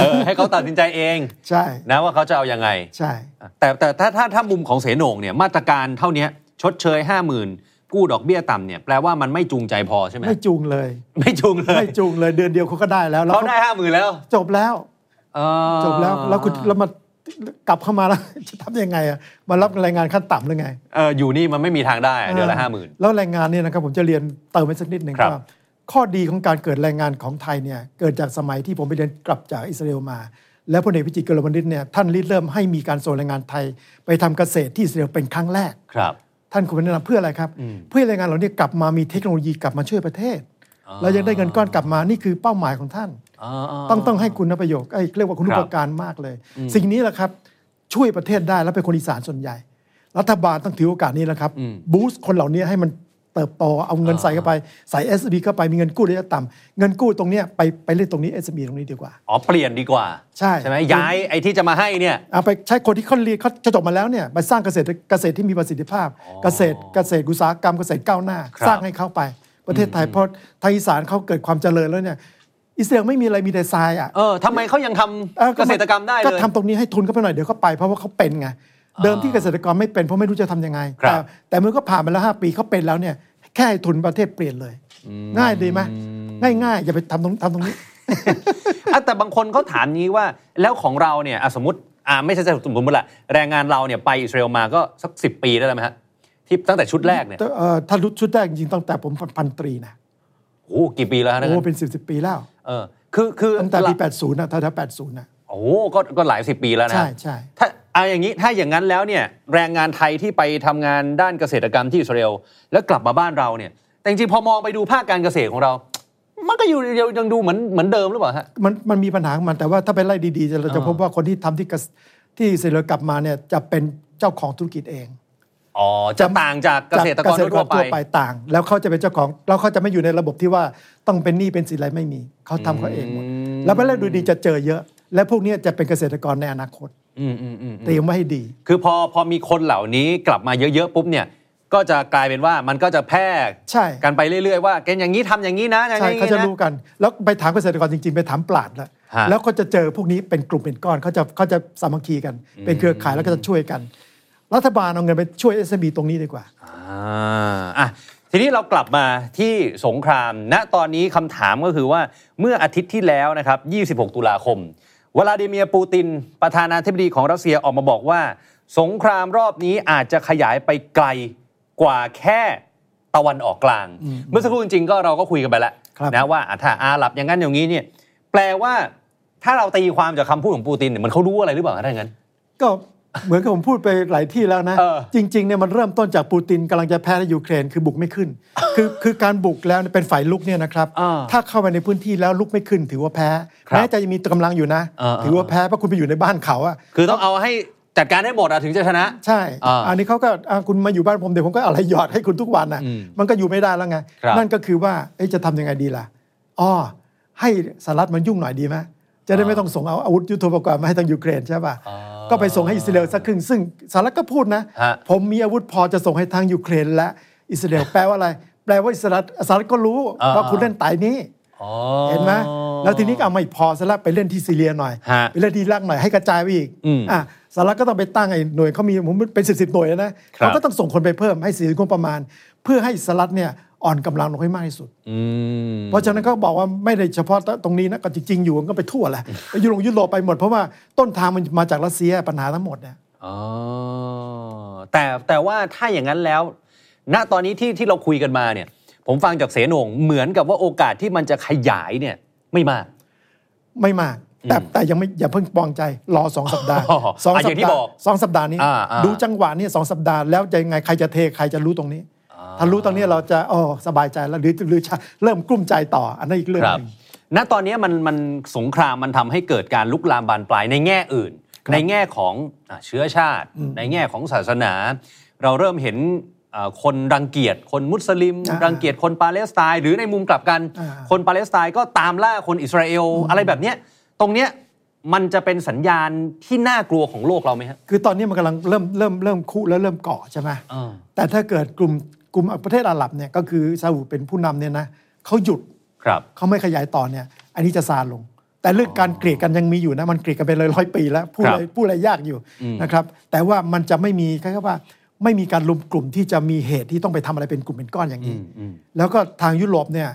B: เออให้เขาตัดสินใจเอง
C: ใช่
B: นะว่าเขาจะเอายังไง
C: ใช่
B: แต่แต่ถ้าถ้าถ้ามุมของเสนงเนี่ยมาตรการเท่าเนี้ยชดเชย 5 0,000 กู้ดอกเบี้ยต่ำเนี่ยแปลว่ามันไม่จูงใจพอใช่ไหม
C: ไม่จูงเลย
B: ไม่จูงเลย
C: ไม่จูงเลยเดือนเดียวเขาก็ได้แล้วแล้ว
B: เขา
C: เขา
B: ได้ห้าหมื่นแล้ว
C: จบแล้ว
B: เอ่อ
C: จบแล้วแล้วคุณแล้วมากลับเข้ามาแล้ว จะทำยังไงอ่ะมารับแรงงานขั้นต่ำหรือไง
B: เอออยู่นี่มันไม่มีทางได้เดือนละ
C: า
B: ห้าหมื่น
C: แล้วแรงงานเนี่ยนะครับผมจะเรียนเติมไปสักนิดหนึ่ง
B: ครับ
C: ว่าข้อดีของการเกิดแรงงานของไทยเนี่ยเกิดจากสมัยที่ผมไปเรียนกลับจากอิสราเอลมา แล้วพลเอกพิจิตรกรบันิตเนี่ยท่านริเริ่มให้มีการส่งแรงงานไทย ไปทำเกษตรที่อิสราเอลเป็นครั้งแรก
B: ครับ
C: ท่านควรแนะนำเพื่ออะไรครับ เพื่อให้แรงงานเหล่านี้กลับมามีเทคโนโลยีกลับมาช่วยประเทศแล้วยังได้เงินก้อนกลับมานี่คือเป้าหมายของท่าน
B: อ่า
C: ต้องต้องให้คุณประโยชน์ไอ้เรียกว่าคุณ
B: ครับ
C: อุปการมากเลย สิ่งนี้แหละครับช่วยประเทศได้และเป็นคนอีสานส่วนใหญ่ รัฐบาลต้องถือโอกาสนี้แหละครับบูสต์คนเหล่านี้ให้มันเติบโตเอาเงินใส่เข้าไปใส่ s อ b เข้าไปมีเงินกู้ระยะต่ำเงินกู้ตรงเนี้ยไปไปเล่นตรงนี้ s อ b ตรงนี้ดีกว่า
B: ๋อเปลี่ยนดีกว่า
C: ใช่
B: ใช่ไหมย้ายไอ้ที่จะมาให้เนี่ย
C: เอาไปใช้คนที่เขาเรียนเขาจะจบมาแล้วเนี่ยไปสร้างเกษตรเกษตรที่มีประสิทธิภาพ เกษตรเกษตรอุตสาหกรรมเกษตรก้าวหน้า
B: ครับ
C: สร้างให้เขาไปประเทศไทยเพราะทางอีสานเขาเกิดความเจริญแล้วเนี่ยอิสราเอลไม่มีอะไรมีแต่ทรายอ่ะ
B: เออทำไมเขายังท
C: ออ
B: ำเกษตรกรรมได้
C: ก็
B: เลย
C: ทำตรงนี้ให้ทุนเข้าไปหน่อยเดี๋ยวเขาไปเพราะว่าเขาเป็นไง เดิมที่เกษตรกรไม่เป็นเพราะไม่รู้จะทำยังไง
B: ครับ
C: แต่แต่เมื่อก็ผ่านมาแล้ว 5 ปีเขาเป็นแล้วเนี่ยแค่ให้ทุนประเทศเปลี่ยนเลย ง่ายดีไหมง่ายง่ายๆ อย่าไปทำตรงทำตรงนี้
B: อ่ะแต่บางคนเขาถามนี้ว่าแล้วของเราเนี่ยอ่ะสมมติอ่ะไม่ใช่สมมติละแรงงานเราเนี่ยไปอิสราเอลมาก็สักสิปีได้แล้วไหมฮะที่ตั้งแต่ชุดแรกเนี่ย
C: แต่เอ่อถ้ารู้ชุดแรกจริงๆตั้งแต่ผมพันตรีนะ
B: โอ้โหกี่ปีแล้วฮะนั่น
C: โอ้เป็น 10สิบปีแล้ว
B: เออคือคือ
C: ตั้งแต่ปี80นะถ้าถ้า80นะ
B: โอ้โหก็ก็หลายสิบปีแล้วนะ
C: ใช่ใช่
B: ถ้าเอาอย่างนี้ถ้าอย่างนั้นแล้วเนี่ยแรงงานไทยที่ไปทำงานด้านเกษตรกรรมที่อิสราเอลแล้วกลับมาบ้านเราเนี่ยแต่จริงๆพอมองไปดูภาคการเกษตรของเรา มันก็อยู่ยังดูเหมือนเหมือนเดิมหรือเปล่าฮะ
C: มันมันมีปัญหาของมันแต่ว่าถ้าไปไล่ดีๆจะเราจะพบว่าคนที่ทำที่เกษที่อิสราเอลกลับมาเนี่ยจะเป็นเจ้าของธุรกิจเอง
B: อ๋อ จะต่างจากเกษตรกรทั่วไป
C: ต่าง แล้วเขาจะเป็นเจ้าของแล้วเขาจะไม่อยู่ในระบบที่ว่าต้องเป็นหนี้เป็นสินอะไรไม่มี เขาทำเขาเองหมด แล้วไปแล้วดูดีจะเจอเยอะ และพวกเนี้ยจะเป็นเกษตรกรในอนาคต
B: อืมอืมอืม
C: เตรียมไว้ให้ดี
B: คือพอพอมีคนเหล่านี้กลับมาเยอะ ๆ ปุ๊บเนี่ย ก็จะกลายเป็นว่ามันก็จะแพร่
C: ใช่
B: กันไปเรื่อยๆ ว่าแกนอย่างนี้ทำอย่างนี้นะอย่าง
C: ใช่
B: นี้
C: เขาจะ
B: นะ
C: รู้กัน แล้วไปถามเกษตรกรจริงๆ ไปถามปลาดแล้ว
B: ฮะ
C: แล้วก็จะเจอพวกนี้เป็นกลุ่มเป็นก้อนเขาจะเขาจะสามัคคีกัน เป็นเครือข่ายแล้วก็จะช่วยกัน รัฐบาลเอาเงินไปช่วย SME ตรงนี้ดีกว่า
B: อ่าอ่ะทีนี้เรากลับมาที่สงคราม ณ ตอนนี้คำถามก็คือว่าเมื่ออาทิตย์ที่แล้วนะครับ 26 ตุลาคม วลาดิเมียร์ปูติน ประธานาธิบดีของรัสเซียออกมาบอกว่า สงครามรอบนี้อาจจะขยายไปไกลกว่าแค่ตะวันออกกลาง เมื่อสักครู่จริงๆก็เราก็คุยกันไปแล้ว
C: ครับ
B: นะว่าอ่ะถ้าอาหรับอย่างนั้นอย่างนี้เนี่ยแปลว่าถ้าเราตีความจากคำพูดของปูตินเนี่ยมันเขารู้อะไรหรือเปล่าถ้าอย่างนั้น
C: ก็เหมือนกับผมพูดไปหลายที่แล้วนะ
B: เออ
C: จริงๆเนี่ยมันเริ่มต้นจากปูตินกำลังจะแพ้ในยูเครนคือบุกไม่ขึ้น คือคือการบุกแล้วเป็นฝ่ายลุกเนี่ยนะครับ
B: อ่า
C: ถ้าเข้าไปในพื้นที่แล้วลุกไม่ขึ้น ถือว่าแพ้
B: ครับ
C: แม้จะยังมีกำลังอยู่นะ
B: เออเออ
C: ถือว่าแพ้เพราะคุณไปอยู่ในบ้านเขาอะ
B: คือต้องเอาให้จัดการให้หมดอะถึงจะชนะ
C: ใช่
B: อ่า
C: อันนี้เขาก็อ่าคุณมาอยู่บ้านผมเดี๋ยวผมก็เอาอะไรหยอดให้คุณทุกวันน่ะ
B: อืม
C: มันก็อยู่ไม่ได้แล้วไง
B: ครับ
C: นั่นก็คือว่าเอ๊ะจะทำยังไงดีล่ะอ๋อให้สหรัฐมันยุ่งหน่อยดีไหมจะได้ไม่
B: อ่า
C: ต้องส่งเอาอาวุธยุทโธปกรณ์มาให้ทางยูเครนใช่ป่ะ
B: อ๋อ
C: ก็ไปส่งให้อิสราเอลสักครึ่ง ซึ่งสหรัฐก็พูดนะ
B: ฮะ
C: ผมมีอาวุธพอจะส่งให้ทางยูเครนและอิสราเอลแปลว่าอะไร แปลว่าอิสราเอลสหรัฐก็รู้ว่าคุณเล่นไตายนี้
B: อ๋อ
C: เห็นไหมแล้วทีนี้ก็เอาไม่พอซะละไปเล่นที่ซีเรียหน่อย
B: ฮะ
C: ไปเล่นที่อิรักหน่อยให้กระจายไปอีก
B: อืม
C: อ่ะสหรัฐก็ต้องไปตั้งไอ้หน่วยเขามีผมเป็นสิบสิบหน่วยแล้วนะครับ เขาก็ต้องส่งคนไปเพิ่มให้สี่งบประมาณ เพื่อให้สหรัฐเนี่ยอ่อนกำลังลงให้มากที่สุด
B: อืม
C: เพราะฉะนั้นก็บอกว่าไม่ได้เฉพาะตรงนี้นะก็จริงๆอยู่มันก็ไปทั่วแหละไปยุโรปยุโรปไปหมดเพราะว่าต้นทางมันมาจากรัสเซียปัญหาทั้งหมดเนี่ย
B: อ๋อแต่แต่ว่าถ้าอย่างนั้นแล้ว ณตอนนี้ที่ที่เราคุยกันมาเนี่ย ผมฟังจากเสนงเหมือนกับว่าโอกาสที่มันจะขยายเนี่ย ไม่มาก
C: ไม่มาก แต่แต่ยังไม่อย่าเพิ่งปองใจรอสองสัปดาห์
B: อ๋อ
C: สอง
B: อ่ะอ
C: สั
B: ย่า
C: ป
B: งที่
C: ดา
B: บอ
C: ห์
B: ก
C: สองสัปดาห์นี้
B: อ่าอ่า
C: ดูจังหวะนี่สองสัปดาห์แล้วจะยังไงใครจะเทใครจะรู้ตรงนี้ ถ้ารู้ตรงนี้เราจะอ๋อสบายใจแล้วหรือหรือจะเริ่มกลุ้มใจต่อ อันนั้นอีกเรื่อง
B: ครับ
C: หนึง
B: ณตอนนี้มันมันสงครามมันทำให้เกิดการลุกลามบานปลายในแง่อื่น ในแง่ของอ่ะเชื้อชาติ ในแง่ของศาสนา เราเริ่มเห็นอ่ะคนรังเกียจคนมุสลิม
C: อ่า
B: รังเกียจคนปาเลสไตน์หรือในมุมกลับกัน
C: อ่า
B: คนปาเลสไตน์ก็ตามล่าคนอิสราเอลอะไรแบบเนี้ยตรงเนี้ยมันจะเป็นสัญญาณที่น่ากลัวของโลกเราไหมฮะ
C: คือตอนนี้มันกำลังเริ่มเริ่มเริ่มคุแล้วเริ่มก่อใช่ไหม
B: อ่า
C: แต่ถ้าเกิดกลุ่มกลุ่มประเทศอาหรับเนี่ยก็คือซาอุเป็นผู้นำเนี่ยนะเขาหยุด
B: ครับ
C: เขาไม่ขยายต่อเนี่ย อันนี้จะซาลง แต่เรื่องการเกลียดกันยังมีอยู่นะมันเกลียดกันเป็นร้อยร้อยๆปีแล้วพูด
B: ครับ
C: อะไรพูดอะไรยากอยู่นะครับ แต่ว่ามันจะไม่มีแค่ว่า ไม่มีการรวมกลุ่มที่จะมีเหตุที่ต้องไปทำอะไรเป็นกลุ่มเป็นก้อนอย่างนี้แล้วก็ทางยุโรปเนี่ย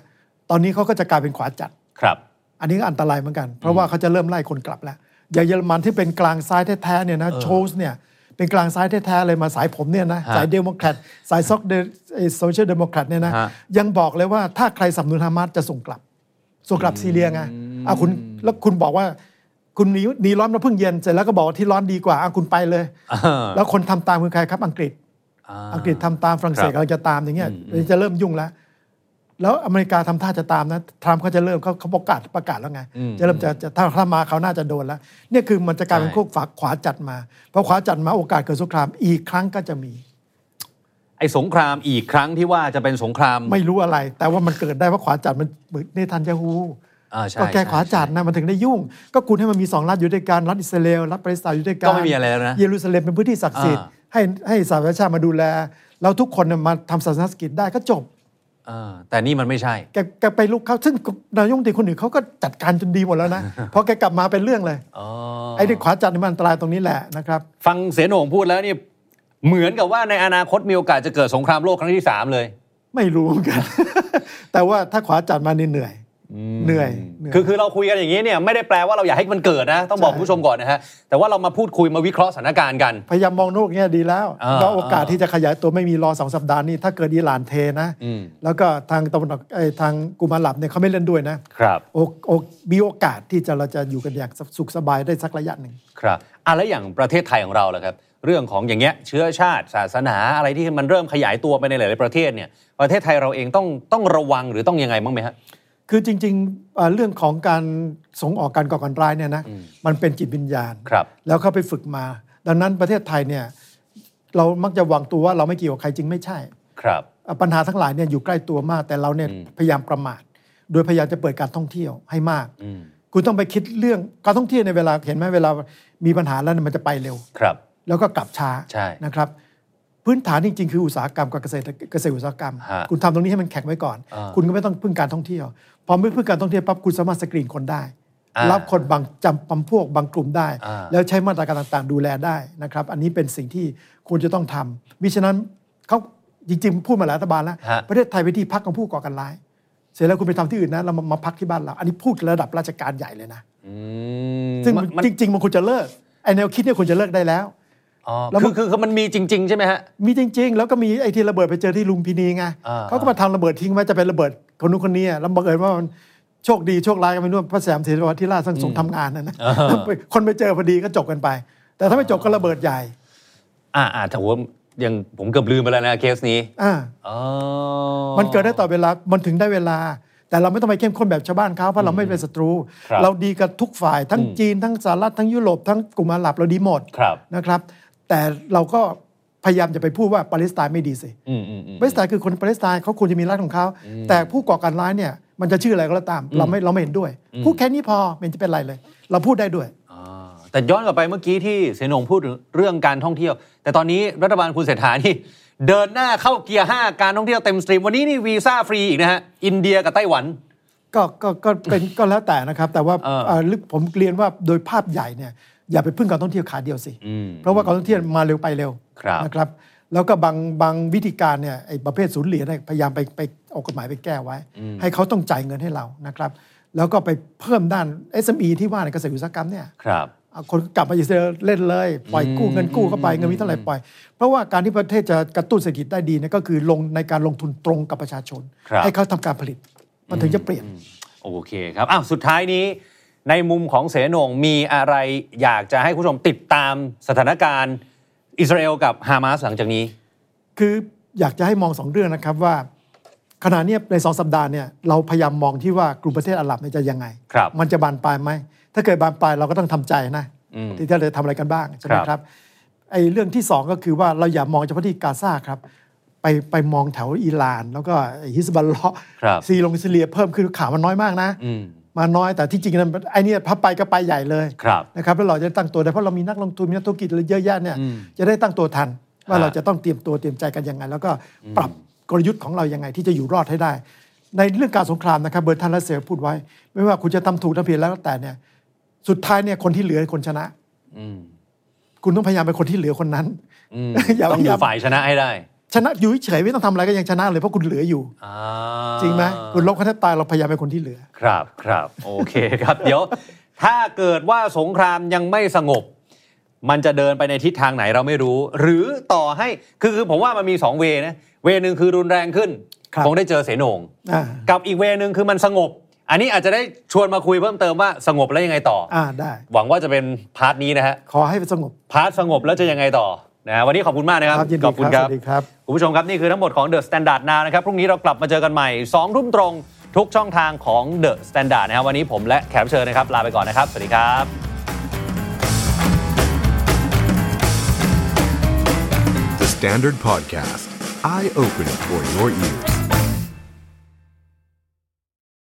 C: ตอนนี้เขาก็จะกลายเป็นขวาจัด
B: ครับ
C: อันนี้ก็อันตรายเหมือนกัน เพราะว่าเขาจะเริ่มไล่คนกลับแล้ว อย่างเยอรมันที่เป็นกลางซ้ายแท้ๆเนี่ยนะโชสเนี่ยเป็นกลางซ้ายแท้ๆเลยมาสายผมเนี่ยนะ
B: ฮะ
C: สายเดโมแครตสายซอกเดโซเชียลเดโมแครตเนี่ยนะ
B: ฮะ
C: ยังบอกเลยว่าถ้าใครสนับสนุนฮามาสจะส่งกลับ ส่งกลับซีเรียไงอ่ะคุณแล้วคุณบอกว่าคุณหนีหนีร้อนมาเพิ่งเย็นเสร็จแล้วก็บอกว่าที่ร้อนดีกว่าอ่ะคุณไปเลย แล้วคนทำตามคือใครครับอังกฤษ
B: อ่า
C: อังกฤษทำตามฝรั่งเศ
B: ครับ
C: สกำลังจะตามอย่างเงี้ยจะเริ่มยุ่งแล้ว แล้วอเมริกาทำท่าจะตามนะทรัมป์เขาจะเริ่มเขาเขาประกาศประกาศแล้วไง จะเริ่มจะจะถ้าถ้ามาเขาวหน่าจะโดนแล้ว เนี่ยคือมันจะกลายเป็น
B: ใช่
C: พวกฝักขวาจัดมาพอขวาจัดมาโอกาสเกิดสงครามอีกครั้งก็จะมี
B: ไอ้สงครามอีกครั้งที่ว่าจะเป็นสงคราม
C: ไม่รู้อะไร แต่ว่ามันเกิดได้ว่าะขวาจัดมันเหมือนเนทันยาฮู
B: อ่าใช่
C: ก็แก้
B: ใช่
C: ขวาจัดนะมันถึงได้ยุ่ง ก็คุณให้มันมีสองรัฐอยู่ด้วยกันรัฐอิสราเอลรัฐปาเลสไตน์อยู่ด้วยกัน
B: ก็ไม่มีอะไรแล้วนะ
C: เยรูซาเล็มเป็นพื้นที่ศักดิ์สิทธิ์
B: อ่
C: ให้ให้สาธารณชาติมาดูแลแล้วทุกคนน่ะมาทำศาสนกิจได้ก็จบ
B: อ่าแต่นี่มันไม่ใช่
C: แกแกไปลุกเขาซึ่งนายกรัฐมนตรีคนอื่นเขาก็จัดการจนดีหมดแล้ว นะ พอแกกลับมาเป็นเรื่องเลย
B: อ๋อ
C: ไอ้ที่ขวาจัดนี่มันอันตรายตรงนี้แหละนะครับ
B: ฟังเสนโหน่งพูดแล้วนี่เหมือนกับว่าในอนาคตมีโอกาสจะเกิดสงครามโลกครั้งที่ 3 เลย
C: ไม่รู้เหมือน กัน แต่ว่าถ้าขวาจัดมานี่เหนื่อย เหนื่อยเหนื่อย
B: คือคือเราคุยกันอย่างนี้เนี่ยไม่ได้แปลว่าเราอยากให้มันเกิดนะ ต้องบอก
C: ใช่
B: คุณผู้ชมก่อนนะฮะ แต่ว่าเรามาพูดคุยมาวิเคราะห์สถานการณ์กัน
C: พยายามมองโลกแง่ดีแล้ว
B: อ่า
C: แล้วโอกาสที่จะขยายตัวไม่มีรอสองสัปดาห์นี่ถ้าเกิดอิหร่านเทนะ
B: อืม
C: แล้วก็ทางตะวันออกไอ้ทางกุมารหลับเนี่ยเขาไม่เล่นด้วยนะครับ โอโอมีโอกาสที่จะเราจะอยู่กันอย่างสุขสบายได้สักระยะหนึ่ง
B: ครับอ่ะแล้วอย่างประเทศไทยของเราล่ะครับ เรื่องของอย่างเงี้ยเชื้อชาติ ศาสนาอะไรที่มันเริ่มขยายตัวไปในหลาย ๆ ประเทศเนี่ย ประเทศไทยเราเองต้องต้องระวังหรือต้องยังไงบ้างไหมฮะ
C: คือจริงๆเอ่อเรื่องของการส่งออกการก่อการร้ายเนี่ยนะมันเป็นจิตวิญญาณ
B: ครับ
C: แล้วเขาไปฝึกมา ดังนั้นประเทศไทยเนี่ยเรามักจะวางตัวว่าเราไม่เกี่ยวกับใครจริงไม่ใช่
B: ครับ
C: อ่ะปัญหาทั้งหลายเนี่ยอยู่ใกล้ตัวมาก แต่เราเนี่ยพยายามประมาท โดยพยายามจะเปิดการท่องเที่ยวให้มาก
B: อืม
C: คุณต้องไปคิดเรื่องการท่องเที่ยวในยเวลาเห็นไหมเวลามีปัญหาแล้วเนี่ยมันจะไปเร็ว
B: ครับ
C: แล้วก็กลับช้า
B: ใช่
C: นะครับ พื้นฐานจริง ๆ คืออุตสาหกรรมกับเกษตรเกษตรอุตสาหกรรม
B: ฮะ
C: คุณทำตรงนี้ให้มันแข็งไว้ก่อน
B: อ่า
C: คุณก็ไม่ต้องพึ่งการท่องเที่ยว พอไม่พึ่งการท่องเที่ยวปั๊บคุณสามารถสกรีนคนได้
B: อ่ารั
C: รับคนบางจำจำพวกบางกลุ่มได้
B: อ่า
C: แล้วใช้มาตรการต่างๆ ดูแลได้นะครับ อันนี้เป็นสิ่งที่ควรจะต้องทำมิฉะนั้นเขาจริง ๆ พูดมาหลายรัฐบาลแล้ว
B: ฮะ
C: ประเทศไทยเป็นที่พักของผู้ก่อการร้าย เสร็จแล้วคุณไปทำที่อื่นนะเรามามาพักที่บ้านเรา อันนี้พูดระดับราชการใหญ่เลยนะ
B: อืม
C: ซึ่ง
B: มันมัน
C: จริง ๆ มันควรจะเลิกไอแนวคิดเนี่ยควรจะเลิกได้แล้ว
B: อ๋อ
C: แล้วมั
B: คือน คือคือมันมีจริง ๆ ใช่ไหมฮะ
C: มีจริง ๆ แล้วก็มีไอ้ที่ระเบิดไปเจอที่ลุมพินีไง
B: อ่า
C: เขาก็มาทำระเบิดทิ้งไว้จะเป็นระเบิด คนนู้นคนนี้อะแล้วบังเอิญว่ามันโชคดีโชคร้ายกันไม่รู้พระแสมเทวทิราชท่านทรงทำงานนะนะแล้วไปคนไปเจอพอดีก็จบกันไป แต่ถ้าไม่จบก็ระเบิดใหญ่
B: อ่าอ่าแต่ว่ายังผมเกือบลืมไปแล้วนะเคสนี้
C: อ่า
B: อ๋อ
C: มันเกิดได้ต่อเวลา มันถึงได้เวลา แต่เราไม่ต้องไปเข้มข้นแบบชาวบ้านเขาเพราะเราไม่เป็นศัตรู
B: ครับ
C: เราดีกับทุกฝ่ายทั้งจีนทั้งสหรัฐทั้งยุโรปทั้งกลุ่มอาหรับเราดีหมด
B: ครับ
C: นะครับ แต่เราก็พยายามจะไปพูดว่าปาเลสไตน์ไม่ดีสิ
B: อืมอืมอืม
C: ปาเลสไตน์คือคนปาเลสไตน์เขาควรจะมีรัฐของเขา แต่ผู้ก่อการร้ายเนี่ยมันจะชื่ออะไรก็แล้วตาม เราไม่เราไม่เห็นด้วย พูดแค่นี้พอไมันจะเป็นไรเลย เราพูดได้ด้วย
B: อ่าแต่ย้อนกลับไปเมื่อกี้ที่เสนงพูดถึงเรื่องการท่องเที่ยว แต่ตอนนี้รัฐบาลคุณเศรษฐานี่ เดินหน้าเข้าเกียร์ 5 การท่องเที่ยวเต็มสตรีม วันนี้นี่วีซ่าฟรีอีกนะฮะ อินเดียกับไต้หวัน
C: ก็ก็ก็ เป็นก็แล้วแต่นะครับ แต่ว่า
B: เออ
C: เอ่อลึกผมเรียนว่าโดยภาพใหญ่เนี่ยอย่าไปพึ่งการท่องเที่ยวขาเดียวสิ
B: อืม
C: เพราะว่าการท่องเที่ยวมาเร็วไปเร็ว
B: ครับ
C: นะครับ แล้วก็บางบางวิธีการเนี่ยไอ้ประเภทศูนย์เหรียญเนี่ยพยายามไปไปเอากฎหมายไปแก้ไว้ ให้เขาต้องจ่ายเงินให้เรานะครับ แล้วก็ไปเพิ่มด้าน SME ที่ว่าในเกษตรอุตสาหกรรมเนี่ย
B: ครับ
C: เอาคนกลับมาอิสราเอลเล่นเลย ปล่อยกู้เงินกู้เข้าไปเงินมีเท่าไหร่ปล่อย เพราะว่าการที่ประเทศจะกระตุ้นเศรษฐกิจได้ดีเนี่ยก็คือลงในการลงทุนตรงกับประชาชน
B: ครับ
C: ให้เขาทำการผลิต มันถึงจะเปลี่ยน
B: โอเคครับ อ้าว สุดท้ายนี้ ในมุมของเสนงมีอะไรอยากจะให้คุณผู้ชมติดตามสถานการณ์อิสราเอลกับฮามาสหลังจากนี้
C: คืออยากจะให้มองสองเรื่องนะครับว่าขณะเนี้ยในสองสัปดาห์เนี่ยเราพยายามมองที่ว่ากลุ่มประเทศอาหรับเนี่ยจะยังไง
B: ครับ
C: มันจะบานปลายไหม ถ้าเกิดบานปลายเราก็ต้องทำใจนะที่จะทำอะไรกันบ้างใช่ไหม
B: ค
C: ค
B: รั
C: รับ บไอ้เรื่องที่สองก็คือว่าเราอย่ามองเฉพาะที่กาซาครับ ไปไปมองแถวอิหร่าน แล้วก็ฮิสบัลลอห์
B: ครับ
C: ซีลงซีเรียเพิ่มขึ้นข่าวมันน้อยมากนะ
B: อืม
C: มาน้อยแต่ที่จริงนั้นไอ้เนี่ยพับไปก็ไปใหญ่เลย
B: ครับ
C: นะครับแล้วเราจะได้ตั้งตัวได้เพราะเรามีนักลงทุนมีนักธุรกิจเยอะแยะเนี่ยจะได้ตั้งตัวทัน ว่า
B: ฮะ
C: เราจะต้องเตรียมตัวเตรียมใจกันยังไง แล้วก็ปรับกลยุทธ์ของเรายังไงที่จะอยู่รอดให้ได้ ในเรื่องการสงครามนะครับเบอร์ทันและเซลพูดไว้ ไม่ว่าคุณจะทำถูกทำผิดแล้วแต่เนี่ยสุดท้ายเนี่ยคนที่เหลือคนชนะ
B: อืม
C: คุณต้องพยายามเป็นคนที่เหลือคนนั้น
B: อืม
C: อย่า
B: ต้องอย
C: พายา
B: ยู่
C: ม
B: ฝ่ายชนะให้ได้
C: ชนะอยู่เฉยๆไม่ต้องทำอะไรก็ยังชนะเลยเพราะคุณเหลืออยู่
B: อ่า
C: จริงไหมคุณลบเขาแทบตายเราพยายามเป็นคนที่เหลือ
B: ครับครับโอเคครับ เดี๋ยว ถ้าเกิดว่าสงครามยังไม่สงบ มันจะเดินไปในทิศทางไหนเราไม่รู้ หรือต่อให้คือคือผมว่ามันมีสองเวนะ เวนึงคือรุนแรงขึ้น
C: ครับ
B: คงได้เจอเสนง
C: อ่า
B: กับอีกเวนึงคือมันสงบ อันนี้อาจจะได้ชวนมาคุยเพิ่มเติมว่าสงบแล้วยังไงต่ออ
C: อ่าได้
B: หวังว่าจะเป็นพาร์ทนี้นะฮะ
C: ขอให้สงบ
B: พาร์ทสงบแล้วจะยังไงต่อนะฮะวันนี้ขอบคุณมากนะครับ
C: ครับยินดี
B: ขอบคุณ
C: ค
B: ค
C: รั
B: รั
C: บบ สวัสดีครับ
B: คุณผู้ชมครับ นี่คือทั้งหมดของ The Standard Now นะครับ พรุ่งนี้เรากลับมาเจอกันใหม่2ทุ่มตรงทุกช่องทางของ The Standard นะครับวันนี้ผมและแขกรับเชิญนะครับ ลาไปก่อนนะครับ สวัสดีครับ
A: The Standard Podcast, eye opening for your ears.